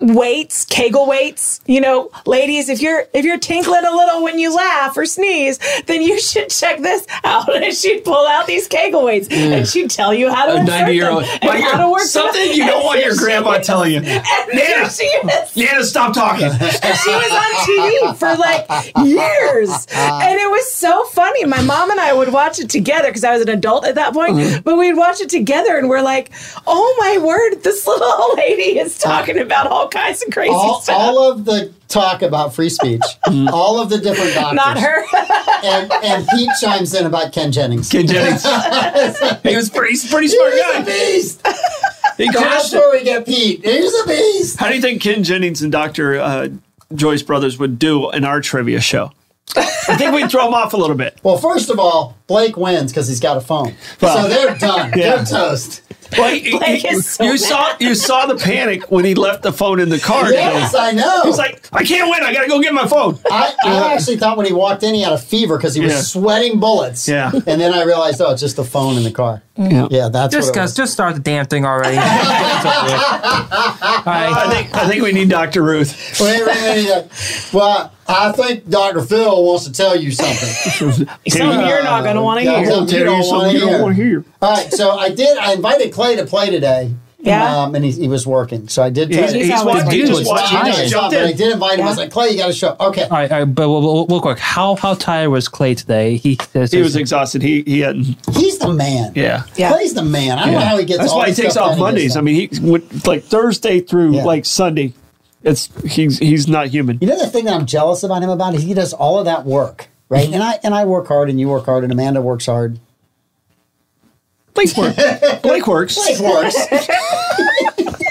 weights, Kegel weights, you know, ladies, if you're if you're tinkling a little when you laugh or sneeze, then you should check this out. And she'd pull out these Kegel weights and she'd tell you how to a insert 90 year them old. and how to work them. Something you don't want your grandma telling you. And Nana, there she is. Nana, stop talking. And she was on TV for like years. And it was so funny. My mom and I would watch it together because I was an adult at that point, but we'd watch it together and we're like, oh my word, this little old lady is talking about all kinds of crazy all, stuff. all of the talk about free speech, Mm. all of the different doctors. Not her. And, and Pete chimes in about Ken Jennings. Ken Jennings. he was pretty, he's a pretty smart He's a guy. beast. He That's crashed it. where we get Pete. He's a beast. How do you think Ken Jennings and Dr. Uh, Joyce Brothers would do in our trivia show? I think we'd throw him off a little bit. Well, first of all, Blake wins because he's got a phone. so Well, they're done. yeah. They're toast. Like, Blake is so you mad. saw you saw the panic when he left the phone in the car. Yes, today. I know. He's like, I can't win. I got to go get my phone. I, I actually thought when he walked in, he had a fever because he was Uh, Yeah. sweating bullets. Yeah. And then I realized, oh, it's just the phone in the car. Yeah. Yeah, that's Just, what it guys, was. just start the damn thing already. All I right. think I think we need Dr. Ruth. Wait, wait, wait, wait. Well, I think Dr. Phil wants to tell you something. Something you're not going to want to Yeah, hear. something you don't want to hear. hear. All right, so I did. I invited Clay to play today. Yeah. Um, and he, he was working, so I did. Try He's, to- He's he's always watching. He busy. just watched. He I, know just he's not, jumped but I in. did invite him. I was like, Clay, you got to show. Okay. All right, all right, but real, real- real quick, how how tired was Clay today? He says He was exhausted. He he hadn't. He's the man. Yeah. Yeah. Clay's the man. I don't know how he gets. That's all why he this takes stuff off done. He gets Mondays. done. I mean, he would like Thursday through Yeah. like Sunday. It's he's he's not human. You know the thing that I'm jealous about him about is he does all of that work, right? And I and I work hard, and you work hard, and Amanda works hard. Blake works. Blake works. Blake works.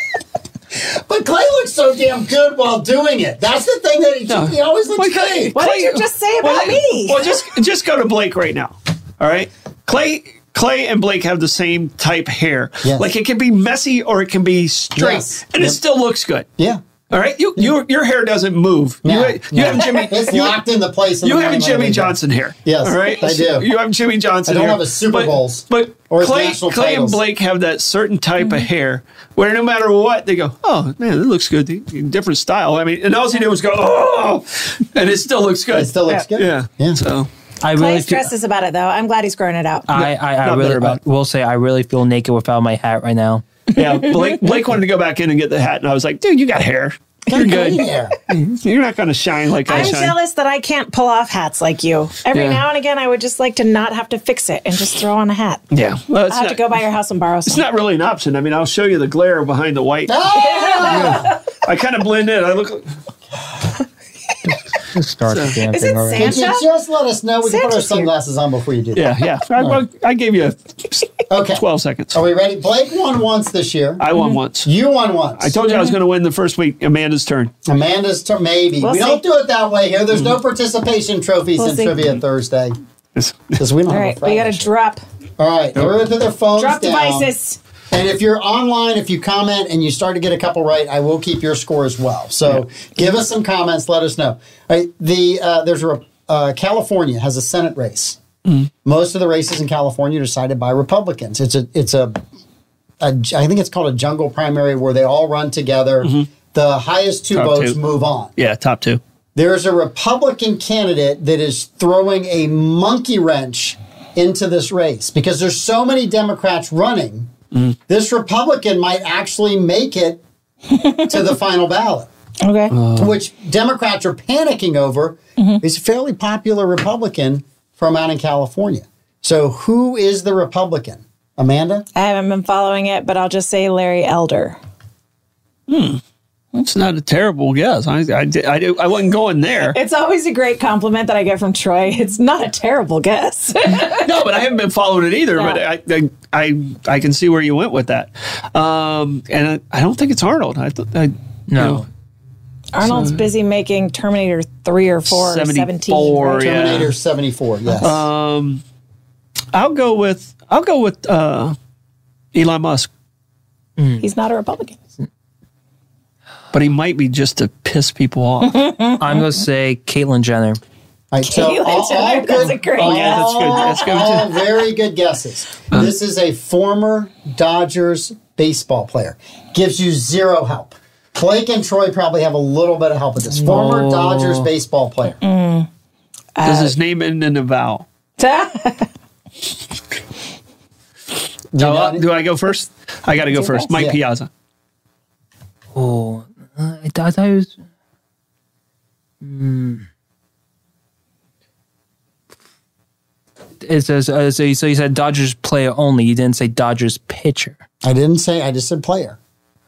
but Clay looks so damn good while doing it. That's the thing that he, he always looks Clay- great. What Clay- did you just say about well, me? Well, just just go to Blake right now. All right, Clay. Clay and Blake have the same type hair. Yes. Like it can be messy or it can be straight, Yes. and Yep. it still looks good. Yeah. All right, you, you your hair doesn't move. You- No, you no. have Jimmy. It's you- locked in the place. in You the have morning when I Jimmy wake up. Johnson here. Yes, All right. I do. You have Jimmy Johnson. I don't hair. have a Super But- Bowls but or his Clay, national Clay and titles. Mm-hmm. Blake have that certain type of hair where no matter what they go, oh man, that looks good. Different style. I mean, and all he did was go, oh, and it still looks good. It still looks good. yeah. Yeah. So I really Clay feel, stresses about it though. I'm glad he's growing it out. I, I, I Not really bitter about it. will say I really feel naked without my hat right now. yeah, Blake Blake wanted to go back in and get the hat, and I was like, dude, you got hair. You're good. Yeah. You're not going to shine like I I'm shine. jealous that I can't pull off hats like you. Every Yeah. now and again, I would just like to not have to fix it and just throw on a hat. Yeah. Well, it's I have not, to go by your house and borrow some. it's not really an option. I mean, I'll show you the glare behind the white. I kind of blend in. I look. Just start the damn Is thing it already. sand? Could you just let us know? We can put our Santa's here. sunglasses on before you do that. Yeah, yeah. I, I, I gave you Okay. 12 seconds. Are we ready? Blake won once this year. I won once. you won once. I told you I was going to win the first week. Amanda's turn. Amanda's turn. Maybe We'll we see. don't do it that way here. There's no participation trophies Mm. We'll in see. Mm. Trivia Thursday because we don't. All have a right, we Friday got to show. drop All right, everyone put their phones drop down. devices. And if you're online, if you comment and you start to get a couple right, I will keep your score as well. So give us some comments. Let us know. All right, the uh, there's a rep- uh, California has a Senate race. Mm. Most of the races in California are decided by Republicans. It's a it's a a- I think it's called a jungle primary where they all run together. Mm-hmm. The highest two Top votes two. move on. Yeah, top two. There's a Republican candidate that is throwing a monkey wrench into this race because there's so many Democrats running. This Republican might actually make it to the final ballot, Okay. which Democrats are panicking over. He's a fairly popular Republican from out in California. So, who is the Republican? Amanda? I haven't been following it, but I'll just say Larry Elder. It's not a terrible guess. I I, di- I, do- I wasn't going there. It's always a great compliment that I get from Troy. It's not a terrible guess. no, but I haven't been following it either. But I, I I I can see where you went with that. Um, and I, I don't think it's Arnold. I, th- I No. Arnold's busy making Terminator 3 or 4 or 17. 74, yeah. Terminator 74, yes. Uh, I'll go with I'll go with uh, Elon Musk, He's not a Republican. but he might be just to piss people off. I'm gonna say Caitlyn Jenner. All right, so Caitlyn all- all Jenner, that's good- a great all- guess. That's good. That's good. All very good guesses. Uh, This is a former Dodgers baseball player. Gives you zero help. Blake and Troy probably have a little bit of help with this. Former Dodgers baseball player. Does his name end in a vowel? You Oh, know uh, it? do I go first? I got to go Do first. best. Mike Yeah. Piazza. Oh, uh, I, thought- I thought it was. Hmm. It says, uh, so, you, so you said Dodgers player only. You didn't say Dodgers pitcher. I didn't say, I just said player.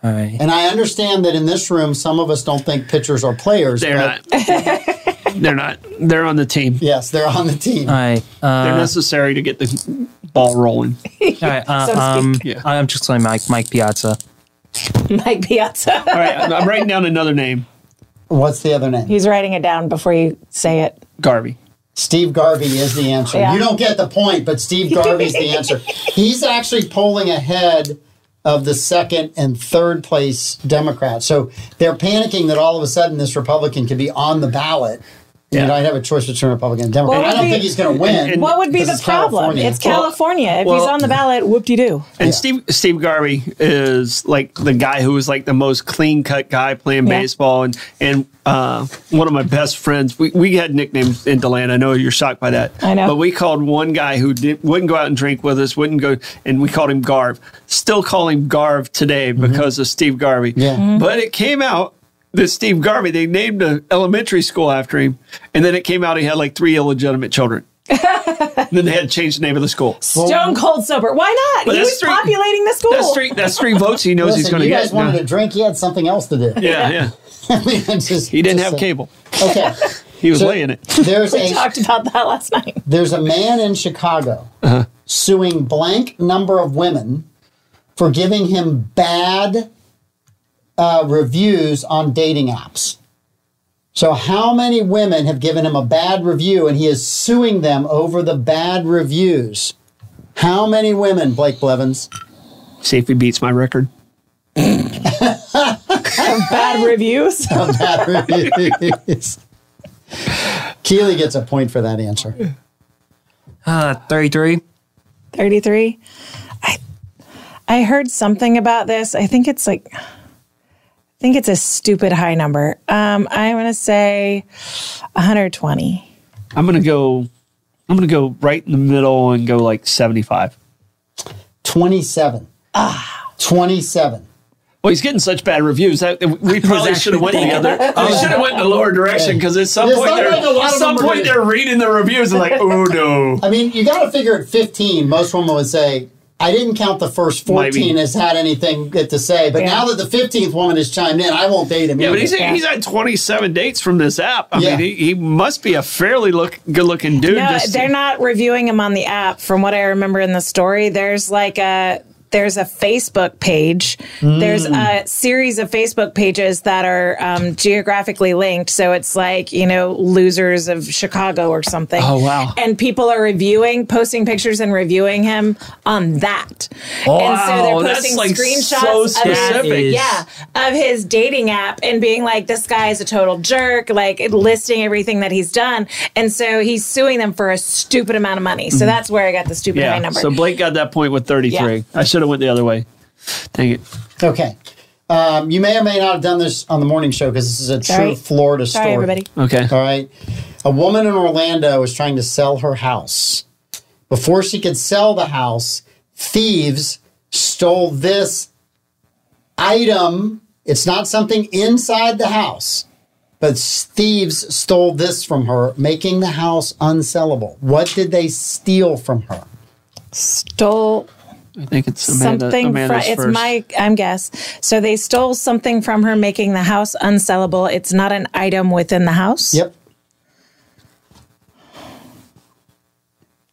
All right. And I understand that in this room, some of us don't think pitchers are players. They're but not. they're not. They're on the team. Yes, they're on the team. All right. They're Uh, necessary to get the ball rolling. all right. Uh, So to um, speak. Yeah. I'm just saying Mike Mike Piazza. Mike Piazza. All right, I'm- I'm writing down another name. What's the other name? He's writing it down before you say it. Garvey. Steve Garvey is the answer. Yeah. You don't get the point, but Steve Garvey's the answer. He's actually polling ahead of the second and third place Democrats. So they're panicking that all of a sudden this Republican could be on the ballot. Yeah. You know, I'd have a choice between Republican and Democrat. What I would don't be- think he's going to win. and- What would be because the it's problem? California. It's California. if he's well- on the ballot, whoop de doo. And Yeah. Steve Steve Garvey is like the guy who was like the most clean cut guy playing Yeah. baseball, and and uh, one of my best friends. We, we had nicknames in Deland. I know you're shocked by that. I know. but we called one guy who did, wouldn't go out and drink with us, wouldn't go, and we called him Garv. Still call him Garv today because of Steve Garvey. Yeah. Mm-hmm. Mhm. but it came out. that Steve Garvey, they named an elementary school after him, and then it came out he had like three illegitimate children. then they had to change the name of the school. Stone cold sober. Why not? But He that's was three- populating the school. That's three. That's three votes. He knows Listen, he's going to you get. guys wanted No. to drink. He had something else to do. yeah, yeah. I mean, I'm just- He didn't just have saying. cable. Okay. He was So- laying it. There's We a talked about that last night. There's a man in Chicago suing blank number of women for giving him bad uh, reviews on dating apps. So, how many women have given him a bad review and he is suing them over the bad reviews? How many women, Blake Blevins? See if he beats my record. Bad reviews. Bad reviews. Keely gets a point for that answer. Uh, 33. 33 i i heard something about this i think it's like i think it's a stupid high number um i'm gonna say 120 I'm going to go. I'm going to go right in the middle and go like 75. 27. 27. Well, he's getting such bad reviews that we probably should have went the other. We should have went in the lower direction because at some There's point not they're like a lot at of some them were point good. they're reading the reviews and like, oh no. I mean, you got to figure at 15, most women would say, I didn't count the first 14 Maybe. as had anything good to say, but Yeah. now that the 15th woman has chimed in, I won't date him. Yeah, but he's, either. he's had 27 dates from this app. I Yeah. mean, he, he must be a fairly look good looking dude. no just- they're not reviewing them on the app from what i remember in the story there's like a there's a Facebook page. There's Hmm. a series of Facebook pages that are um, geographically linked. So it's like, you know, losers of Chicago or something. Oh, wow. And people are reviewing, posting pictures and reviewing him on that. and Wow, that's, like, so specific. his, yeah, of his dating app and being like, this guy is a total jerk, like listing everything that he's done. And so he's suing them for a stupid amount of money. So that's where I got the stupid high Mm-hmm. Yeah. number. So Blake got that point with 33. Yeah. I should have went the other way. Dang it. Okay. Um, you may or may not have done this on the morning show because this is a true Sorry. Florida story. Sorry, everybody. Okay. All right. A woman in Orlando was trying to sell her house. Before she could sell the house, thieves stole this item. It's not something inside the house, but thieves stole this from her, making the house unsellable. What did they steal from her? Stole I think it's Amanda, something from Amanda's it's first. my I'm guess. So they stole something from her, making the house unsellable. It's not an item within the house. Yep.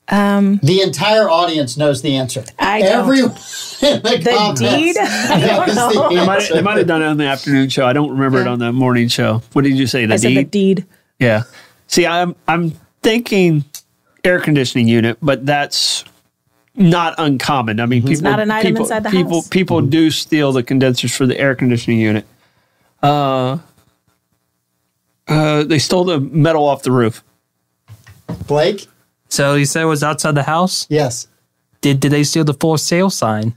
Um, the entire audience knows the answer. I don't. Everyone in the, The comments deed. I knows don't know. the They might, answer. they might have done it on the afternoon show. I don't remember it Yeah. on the morning show. What did you say? The I said the deed? deed. Yeah. See, I'm I'm thinking air conditioning unit, but that's not uncommon. I mean, people, not an item people, inside the people, house. People do steal the condensers for the air conditioning unit. Uh, uh, they stole the metal off the roof. Blake? So you said it was outside the house. Yes. Did did they steal the for sale sign?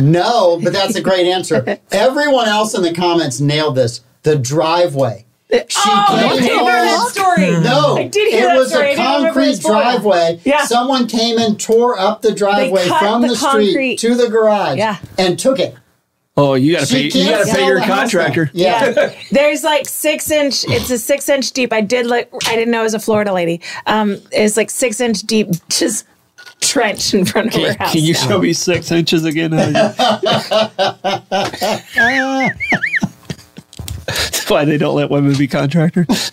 No, but that's a great answer. Everyone else in the comments nailed this. The driveway. She I Oh, did hear that story. No, I did it hear that was story. I a didn't remember concrete this part. driveway. Yeah. Someone came and tore up the driveway cut from the the, street concrete. to the garage Yeah. and took it. Oh, you gotta pay. You gotta sell pay your the house now. contractor. Yeah. Yeah. There's like six inch, it's a six inch deep. I did look, I didn't know it was a Florida lady. Um, it's like six inch deep, just trench in front of her Can, house. can you now. show me six inches again? That's why they don't let women be contractors.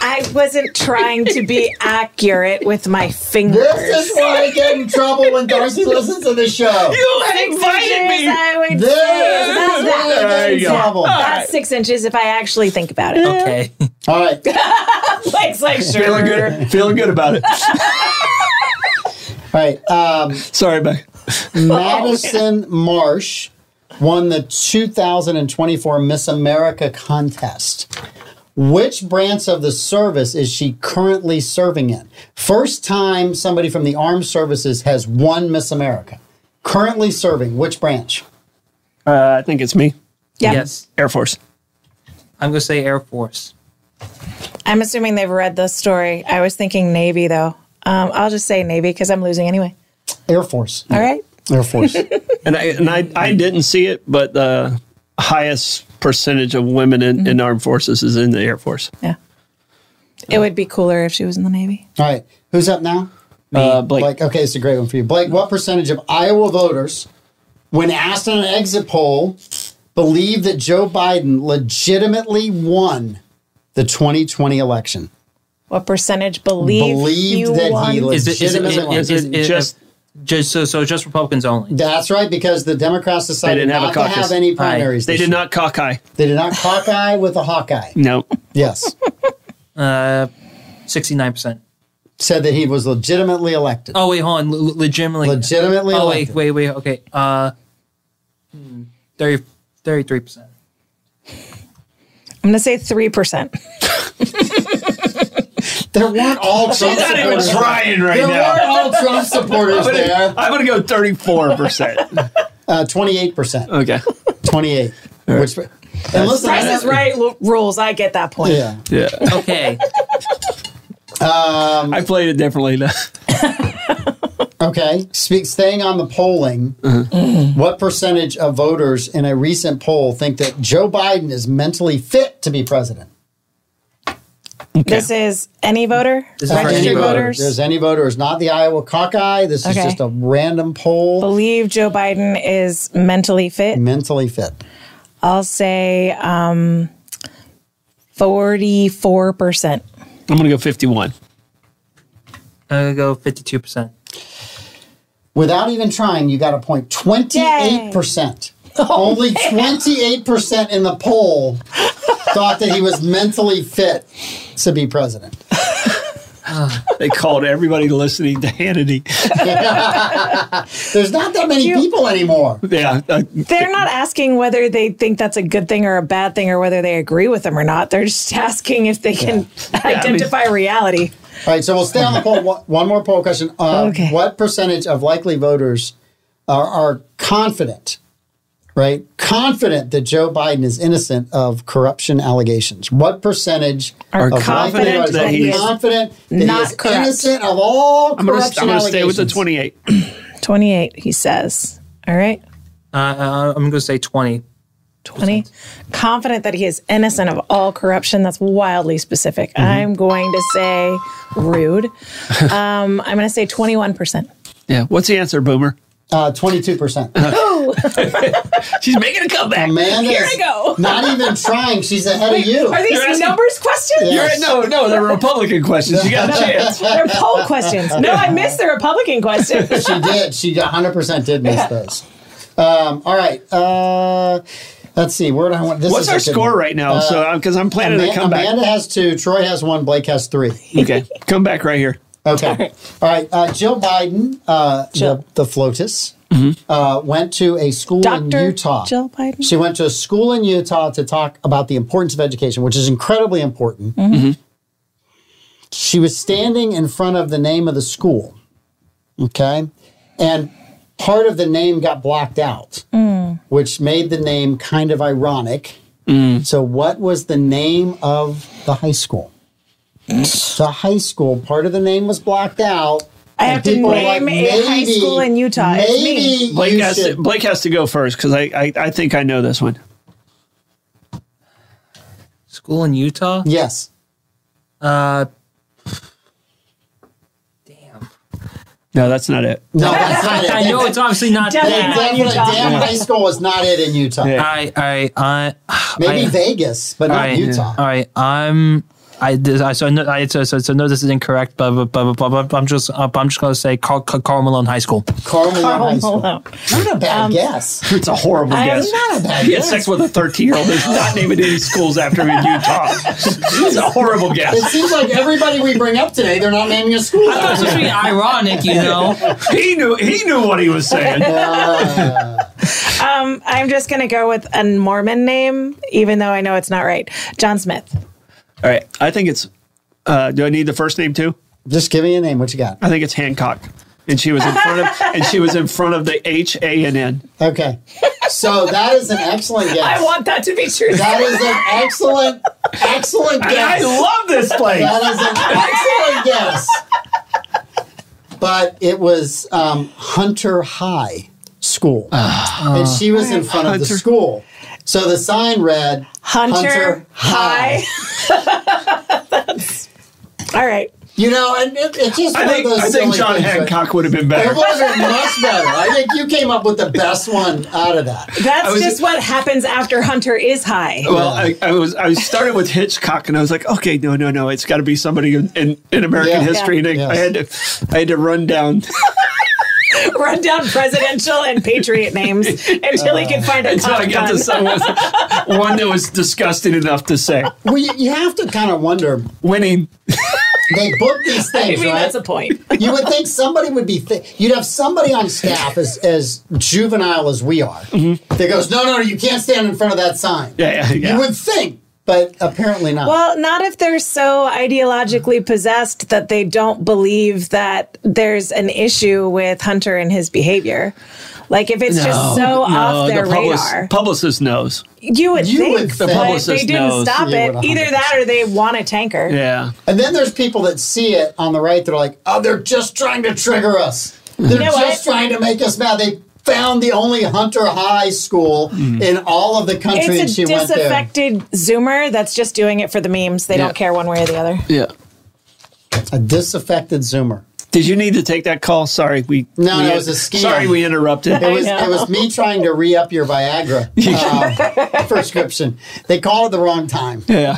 I wasn't trying to be accurate with my fingers. This is why I get in trouble when Darcy listens to the show. You Six inches, I would This say. is That's why I that. get There in you go. trouble. That's six inches if I actually think about it. Okay. All right. All Blake's like, Feeling sure. good, feeling good about it. right. Um, Sorry, Beck. Madison Marsh won the 2024 Miss America contest. Which branch of the service is she currently serving in? First time somebody from the armed services has won Miss America. Currently serving, which branch? Uh, I think it's me. Yeah. Yes. Air Force. I'm gonna say Air Force. I'm assuming they've read the story. I was thinking Navy, though. Um, I'll just say Navy because I'm losing anyway. Air Force. All right. Air Force. And I and I, I didn't see it, but the highest percentage of women in, in armed forces is in the Air Force. Yeah. It would be cooler if she was in the Navy. All right. Who's up now? Uh, Blake, Blake, okay, it's a great one for you. Blake, what percentage of Iowa voters, when asked in an exit poll, believe that Joe Biden legitimately won the 2020 election? What percentage believe Believed you that he won? lived. Is it is it, is it, Legitimately, is it, is it just just- just so so just Republicans only? That's right, because the Democrats decided didn't have a not to caucus. have any primaries. they this did year. not cockeye. They did not cockeye with a Hawkeye. No, Yes, Uh, sixty nine percent. said that he was legitimately elected. Oh wait, hold on. L- legitimately. Legitimately Oh wait, elected. wait, wait. Okay. Uh, hmm, 30 33 percent. I'm going to say 3%. There weren't all Trump not even supporters. trying right There now. weren't all Trump supporters there. I'm gonna go 34 percent. Uh, 28%. Okay, 28. Which, and listen, Price is right l- rules. I get that point. Yeah. yeah, Okay. I played it differently. Now. Okay. Speak, staying on the polling, Uh-huh. what percentage of voters in a recent poll think that Joe Biden is mentally fit to be president? This is any voter? This is for Registered any voter. voters? There's any voters, not the Iowa cockeye. This is Okay. just a random poll. Believe Joe Biden is mentally fit. Mentally fit. I'll say um, 44%. I'm gonna go 51. I'm gonna go fifty two percent. Without even trying, you got a point. 28%. Only 28% in the poll thought that he was mentally fit to be president. They called everybody listening to Hannity. There's not that many people anymore. Yeah, uh, They're not asking whether they think that's a good thing or a bad thing or whether they agree with them or not. They're just asking if they can identify reality. All right, so we'll stay on the poll. One- One more poll question. Uh, Okay. What percentage of likely voters are, are confident, right? Confident that Joe Biden is innocent of corruption allegations. What percentage Are of likely confident voters that are he's confident that he not is corrupt? innocent of all I'm gonna, corruption I'm gonna stay with the allegations? 28. 28, he says. All right. Uh, uh, I'm going to say 20. 20. Confident that he is innocent of all corruption. That's wildly specific. Mm-hmm. I'm going to say rude. Um, I'm going to say 21%. Yeah, what's the answer, Boomer? Uh, 22%. She's making a comeback. Amanda Here is I go. not even trying. She's ahead of you. Are these You're asking- numbers questions? Yeah. You're right, no, no, they're Republican questions. You got a chance. They're poll questions. No, I missed the Republican question. she did. She 100% did miss those. Um, all right. Uh, let's see. Where do I want this? What's is a our good score one. right now? so, because I'm planning Ama- to come back. Amanda has two. Troy has one. Blake has three. Okay, come back right here. Okay. All right. Uh, Jill Biden, uh, Jill. The, the floatist, uh, went to a school in Dr. Utah. Jill Biden? She went to a school in Utah to talk about the importance of education, which is incredibly important. She was standing in front of the name of the school. Okay. And part of the name got blocked out, which made the name kind of ironic. So, what was the name of the high school? The high school, part of the name was blocked out. I and have to people were name a high "Maybe- school in Utah. It's me." Maybe Blake you has, to, should. Blake has to go first because I, I, I think I know this one. School in Utah? Yes. Uh, damn. No, that's not it. No, that's not it. I know it's obviously not Definitely not. that. Damn, Utah. damn high school is not it in Utah. Yeah. I, I, I, Maybe I- Vegas, but all not right, Utah. All right, I'm. I, this- I so I know I, so, so, so know this is incorrect, but but, but, but, but I'm just uh, I'm just gonna say Carl, Carl Malone High School. Carl Malone High Home School. Alone. Not a bad guess. It's a horrible I am guess. not a He had sex with a 13 year old. There's not naming any schools after him in Utah. It's a horrible It guess. seems like everybody we bring up today, they're not naming a school. That's supposed to be ironic, you know. He knew he knew what he was saying. Um, I'm just going to go with a Mormon name, even though I know it's not right. John Smith. All right, I think it's. Uh, do I need the first name too? Just give me a name. What you got? I think it's Hancock. And she was in front of and she was in front of the H A N N. Okay. So that is an excellent guess. I want that to be true. that is an excellent, excellent I guess. love this place. That is an excellent guess. But it was um, Hunter High School. and she was in front of the Hunter- school. So the sign read Hunter, Hunter High. That's, all right. You know, and it, it's just I one think of those I think silly John things, right? Hancock would have been better. It wasn't much better. I think you came up with the best one out of that. That's was- Oh. just what happens after Hunter is high. Well, I, I was I started with Hitchcock, and I was like, okay, no, no, no, it's got to be somebody in, in, in American Yeah. history. And I, Yeah. I had to I had to run down Run down presidential and patriot names until he can find a until I cop got gun. to someone one that was disgusting enough to say Well, you, you have to kind of wonder. winning. They book these I things, mean, right? that's a point. you would think somebody would be. Th- you'd have somebody on staff as as juvenile as we are that goes, no, no, you can't stand in front of that sign. Mm-hmm. Yeah, yeah, yeah. You would think, but apparently not. Well, not if they're so ideologically possessed that they don't believe that there's an issue with Hunter and his behavior. Like if it's just so off their public- radar, publicist knows. you would You think would think. but The they publicist didn't knows. stop You it. would Either that or they want a tanker. Yeah, and then there's people that see it on the right. They're like, oh, they're just trying to trigger us. They're know just what? trying to make us mad. They found the only Hunter High school in all of the country, and It's a she went there. disaffected Zoomer that's just doing it for the memes. They Yeah. don't care one way or the other. yeah. A disaffected Zoomer. Did you need to take that call? Sorry, we No, we no, it was a scam. Sorry, we interrupted. It was, know. it was me trying to re up your Viagra uh, prescription. They called it the wrong time. yeah.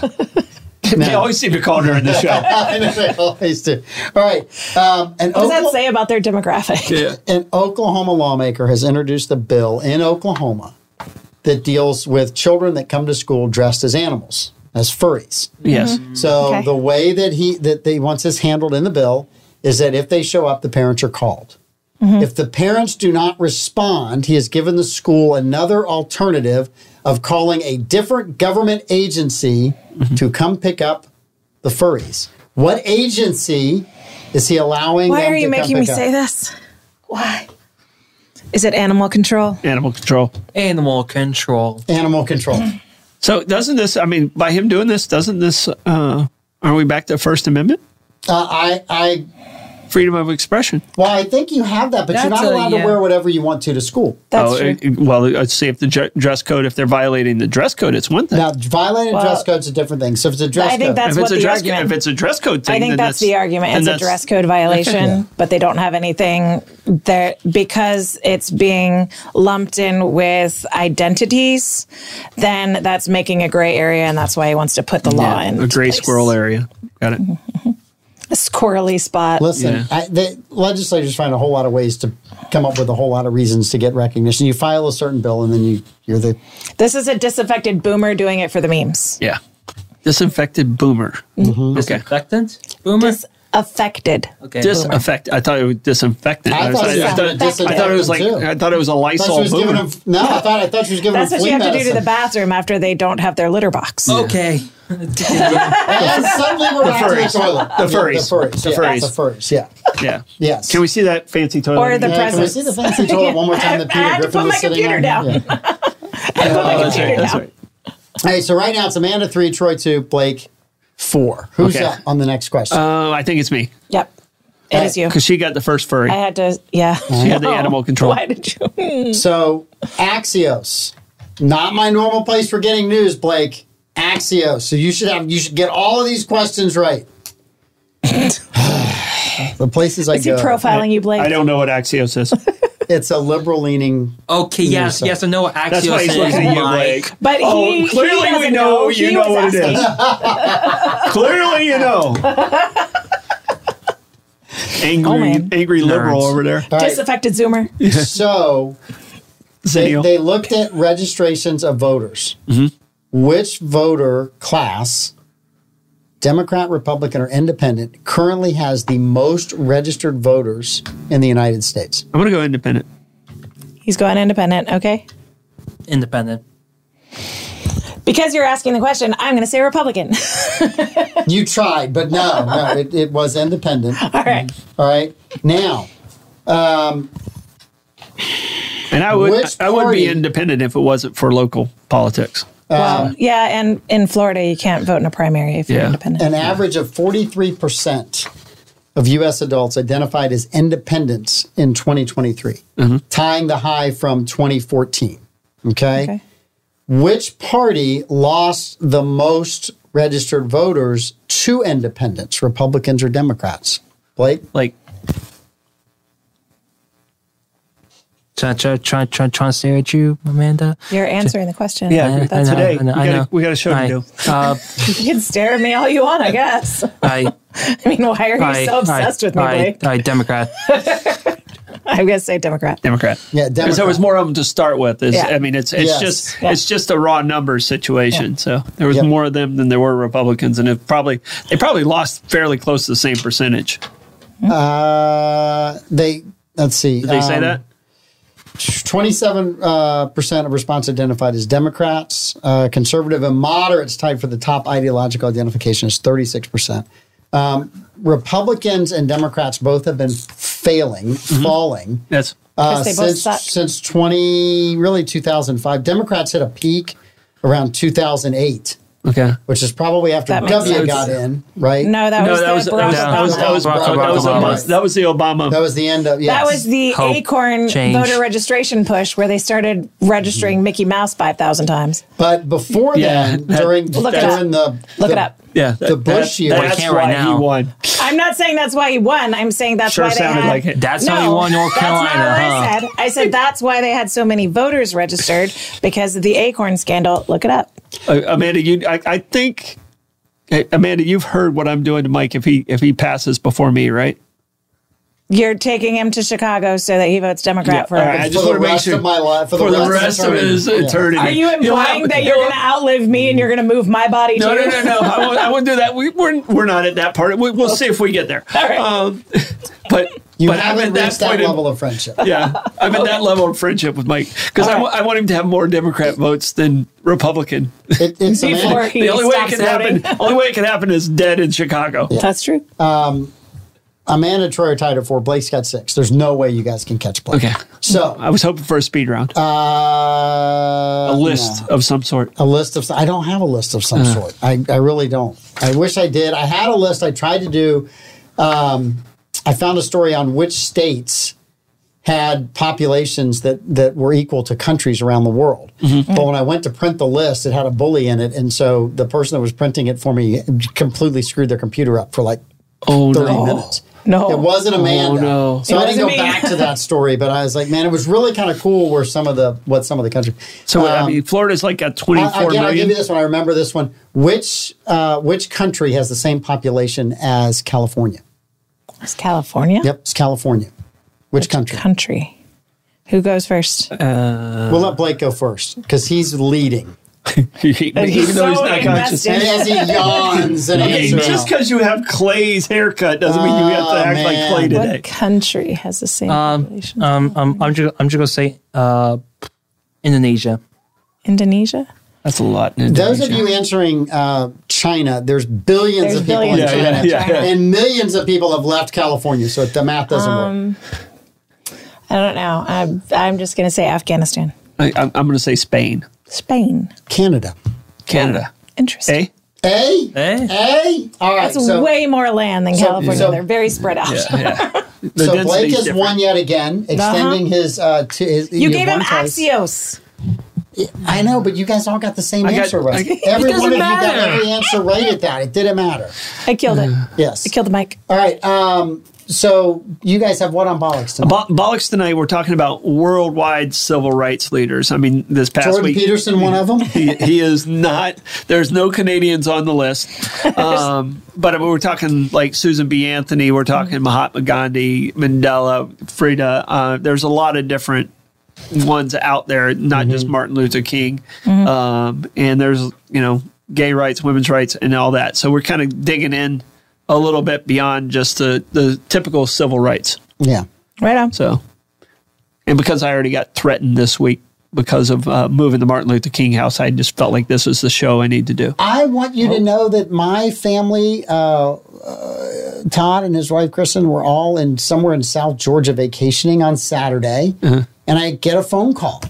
They always seem to call during the show. I know they always do. All right. Um, and What does that Oklahoma- say about their demographic? yeah. an Oklahoma lawmaker has introduced a bill in Oklahoma that deals with children that come to school dressed as animals, as furries. Yes. So Mm. Okay. the way that he that they wants this handled in the bill is that if they show up, the parents are called. Mm-hmm. If the parents do not respond, he has given the school another alternative of calling a different government agency to come pick up the furries. What agency is he allowing? Why them are to you come making me pick up? say this? Why? Is it animal control? Animal control. Animal control. Animal control. So doesn't this? I mean, by him doing this, doesn't this? Uh, are we back to First Amendment Uh, I, I, freedom of expression? well, I think you have that, but you're That's not a- allowed to yeah. wear whatever you want to to school. That's true. Oh, it- it- well, let's see if the dre- dress code. If they're violating the dress code, it's one thing. Now, violating Well, dress code's a different thing. So if it's a dress I think code, that's if it's what a the dress, argument- if it's a dress code thing, I think then that's, the argument. then It's a that's- dress code violation, Yeah. but they don't have anything there because it's being lumped in with identities. Then that's making a gray area, and that's why he wants to put the law Yeah, in a gray place. Mm-hmm. squirrel area. Got it. a squirrely spot. listen, Yeah. I, the legislators find a whole lot of ways to come up with a whole lot of reasons to get recognition. You file a certain bill, and then you, you're the This is a disaffected boomer doing it for the memes. Yeah. Disinfected boomer. Okay. Disinfectant? Boomer? Disaffected. okay. Disinfect. I thought it was disinfected. I thought it was I thought it was like disinfectant, too. I thought it was a I thought she Lysol was giving boomer. them, no, I thought I thought she was giving That's them what you flea have to medicine. do to the bathroom after they don't have their litter box. Oh. okay. And suddenly we're back to the furries. toilet. The Yeah, furries. the furries, The yeah, furries. the furries, yeah, yeah. yes. Can we see that fancy toilet? Or the- again? Yeah, can we presents? see the fancy toilet one more time that I had Peter to Griffin put was my sitting computer on? down. Yeah. Put Oh, that's the right. computer That's down. right. Hey, so right now it's Amanda three, Troy two, Blake four. Who's Okay. up on the next question? Uh, I think it's me Yep. It is you. because she got the first furry. I had to, yeah. She had the animal control. Why did you? so Axios, not my normal place for getting news, Blake. Axios. So you should have you should get all of these questions right. the places I Is he go, profiling you, Blake? I don't know what Axios is. it's a liberal leaning. Okay, yes, Yourself. yes, I know what Axios That's why he's is. looking at you, Mike. Blake. But Oh, he clearly he we doesn't know you He know was what it asking. is. Clearly, you know. Angry, Oh, man. angry liberal Nerds. over there. All right, Disaffected Zoomer. so they, Zennial. they looked at registrations of voters. Which voter class, Democrat, Republican, or Independent, currently has the most registered voters in the United States? I'm gonna go independent. He's going independent, okay? Independent. Because you're asking the question, I'm going to say Republican. You tried, but no, no, it, it was Independent. All right. All right. Now, And I would, Which I would party- be independent if it wasn't for local politics. wow. Um, Yeah, and in Florida, you can't vote in a primary if you're Yeah. an independent. average of 43% of U.S. adults identified as independents in 2023, Mm-hmm. tying the high from 2014. Okay. Which party lost the most registered voters to independents, Republicans or Democrats? Blake, Like, Trying try, try, try, try to stare at you, Amanda. You're answering the question. Yeah, I- I That's know. what- Today, we gotta- we gotta show to I, do. Uh, you can stare at me all you want, I guess. I, I mean, why are you I, so obsessed I, with me, I, Blake? I, Democrat. I'm going to say Democrat. Democrat. Yeah, Because there was Democrat. more of them to start with. Is, Yeah. I mean, it's it's Yes. just Yeah. it's just a raw number situation. So there was Yep. more of them than there were Republicans, and it probably they probably lost fairly close to the same percentage. uh, they, let's see. um, Did they say that? 27% uh, percent of response identified as Democrats. Uh, conservative and moderates tied for the top ideological identification is 36%. Um, Republicans and Democrats both have been failing, Mm-hmm. falling. Yes. Uh, 'Cause they both since, suck. since 20, really 2005. Democrats hit a peak around 2008, Okay. which is probably after That makes W sense. got in, right? No, that No, was, that was the that Barack was- that was Obama. that was Barack that was Obama. Obama. That was the Obama. That was the end of, yes. That was the Hope. Acorn Change. voter registration push where they started registering Mickey Mouse 5,000 times. But before Yeah, then, that- during, Look it during the, Look the- it up. yeah, the Bush years. That's I can't why right now. he won. I'm not saying that's why he won. I'm saying that's Sure why they sounded had, like it. That's how you won North That's not Carolina, what huh? I said. I said that's why they had so many voters registered because of the Acorn scandal. Look it up. Uh, Amanda, you, I, I think Hey, Amanda, you've heard what I'm doing to Mike if he if he passes before me, right? You're taking him to Chicago so that he votes Democrat Yeah, for. all right. I for just the wanna make rest sure- of my life, for, For the rest of his eternity. eternity. Are you He'll have- implying that you're going to outlive me and you're going to move my body No, too? no, no, no. I won't, I won't do that. We, we're we're not at that part. We, we'll see if we get there. All right. Um, but You but I'm haven't at reached that that point. in- level of friendship. yeah, I'm at that level of friendship with Mike because I, All wa- right. I want him to have more Democrat votes than Republican. It, it's Before Amanda- he the only way it stops can voting. happen. only way it can happen is dead in Chicago. That's true. Amanda Troy are tied at four. Blake's got six. There's no way you guys can catch Blake. Okay. So, I was hoping for a speed round, uh, a list no. of some sort. A list of, I don't have a list of some Uh. sort. I, I really don't. I wish I did. I had a list I tried to do. Um, I found a story on which states had populations that, that were equal to countries around the world. Mm-hmm. But when I went to print the list, it had a bully in it. And so the person that was printing it for me completely screwed their computer up for like Oh 30 no! Oh, minutes. No. It wasn't Amanda. no. So It I didn't go wasn't me. back to that story, but I was like, man, it was really kind of cool where some of the what some of the country. So I Um, mean, Florida's like got I, 24 again, I'll give million. you this one. I remember this one. Which uh, which country has the same population as California? It's California. Yep, it's California. Which country? Country. Who goes first? We'll let Blake go first because he's leading. Even he's though he's so not conscious. invested. And as he yawns and Okay, answers. just because you have Clay's haircut doesn't mean you have Oh, to act man. like Clay what today. country has the same population? Um, um, I'm just I'm just gonna say uh, Indonesia. Indonesia. That's a lot. Those of you answering uh, China, there's billions There's of people billions in Yeah, China, yeah, yeah. and millions of people have left California. So the math doesn't work. I don't know. I'm, I'm just going to say Afghanistan. I, I'm, I'm going to say Spain, Spain. Canada. Canada. Interesting. Eh? A? Eh? A? All right. That's so, way more land than so- California. so- They're very spread out. The so Blake density's has different. won yet again, extending his, uh, to his. You gave won him twice. Axios. I know, but you guys all got the same I got- answer right. I- every doesn't one of you got matter. every answer right at that. It didn't matter. I killed it. Yes. I killed the mic. All right. Um, so you guys have what on bollocks tonight? Bo- Bollocks tonight, we're talking about worldwide civil rights leaders. I mean, this past Jordan week. Peterson, one of them. he, he is not. There's no Canadians on the list. Um, but I mean, we're talking like Susan B. Anthony. We're talking Mahatma Gandhi, Mandela, Frida. Uh, there's a lot of different ones out there, not just Martin Luther King. Um, and there's you know gay rights, women's rights, and all that. So we're kind of digging in a little bit beyond just the the typical civil rights. Yeah. Right on. So, and because I already got threatened this week because of uh, moving the Martin Luther King house, I just felt like this is the show I need to do. I want you to know that my family, uh, uh, Todd and his wife Kristen, were all in somewhere in South Georgia vacationing on Saturday, and I get a phone call.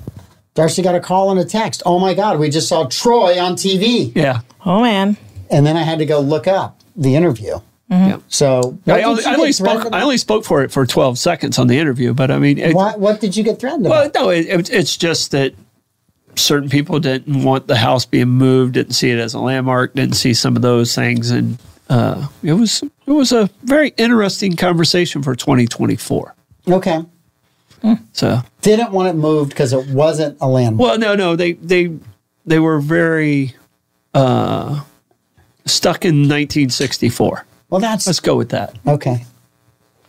Darcy got a call and a text. Oh my God, we just saw Troy on TV, Yeah. Oh, man. and then I had to go look up the interview. Yeah. So what I did only, you I get only spoke. threatened- I only spoke for it for twelve seconds on the interview, but I mean, it, Why, what did you get threatened well, about? no, it, it, it's just that certain people didn't want the house being moved, didn't see it as a landmark, didn't see some of those things, and uh, it was it was a very interesting conversation for 2024. okay. So Didn't want it moved because it wasn't a landmark. Well, no, no, they they they were very uh, stuck in 1964. Well, that's Let's go with that. okay.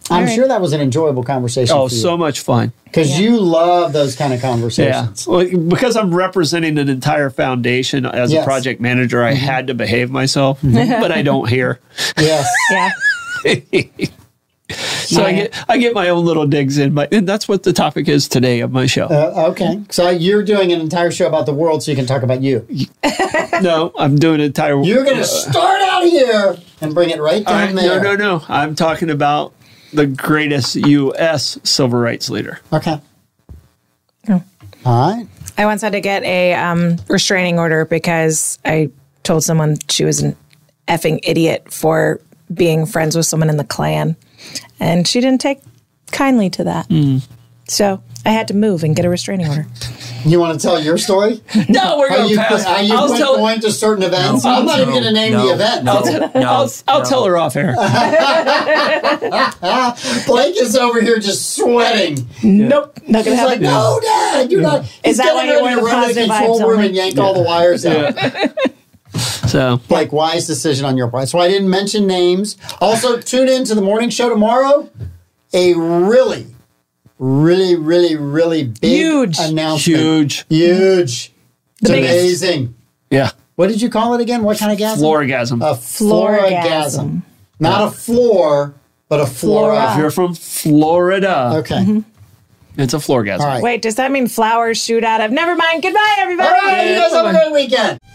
I'm right. sure that was an enjoyable conversation. Oh, for you. so much fun! Because you love those kind of Yeah, conversations. well, because I'm representing an entire foundation as Yes. a project manager. I had to behave myself, but I don't hear, Yes. Yeah. so I Yeah. get I get my own little digs in. But and that's what the topic is today of my show. Uh, okay. So you're doing an entire show about the world so you can talk about you. no, I'm doing an entire. You're going to start out here and bring it right All down right, there. no, no, no. I'm talking about the greatest U.S. civil rights leader. Okay. All right. I once had to get a um, restraining order because I told someone she was an effing idiot for being friends with someone in the Klan. And she didn't take kindly to that. So I had to move and get a restraining order. You want to tell your story? No, we're How going you, to pass. how you I'll quit tell, going to certain events? I'm not even going to name no, the event. no. I'll, I'll no. tell her off air. Blake is over here just sweating. Nope. Not going to He's like, happen. no, Dad, you're not. He's that getting why ready you wear to the run to the positive control vibes room only? and yank all the wires out. Yeah. So like wise decision on your part. So I didn't mention names. Also, tune in to the morning show tomorrow. A really, really, really, really big Huge. announcement. huge. Huge. It's biggest. amazing. Yeah. What did you call it again? What kind of gasm? Florigasm. A florgasm. Florgasm. Not a floor, but a if flora. you're from Florida, Okay. Mm-hmm. it's a florgasm. All right. Wait, does that mean flowers shoot out of? Never mind. Goodbye, All everybody. right. You guys have a great weekend.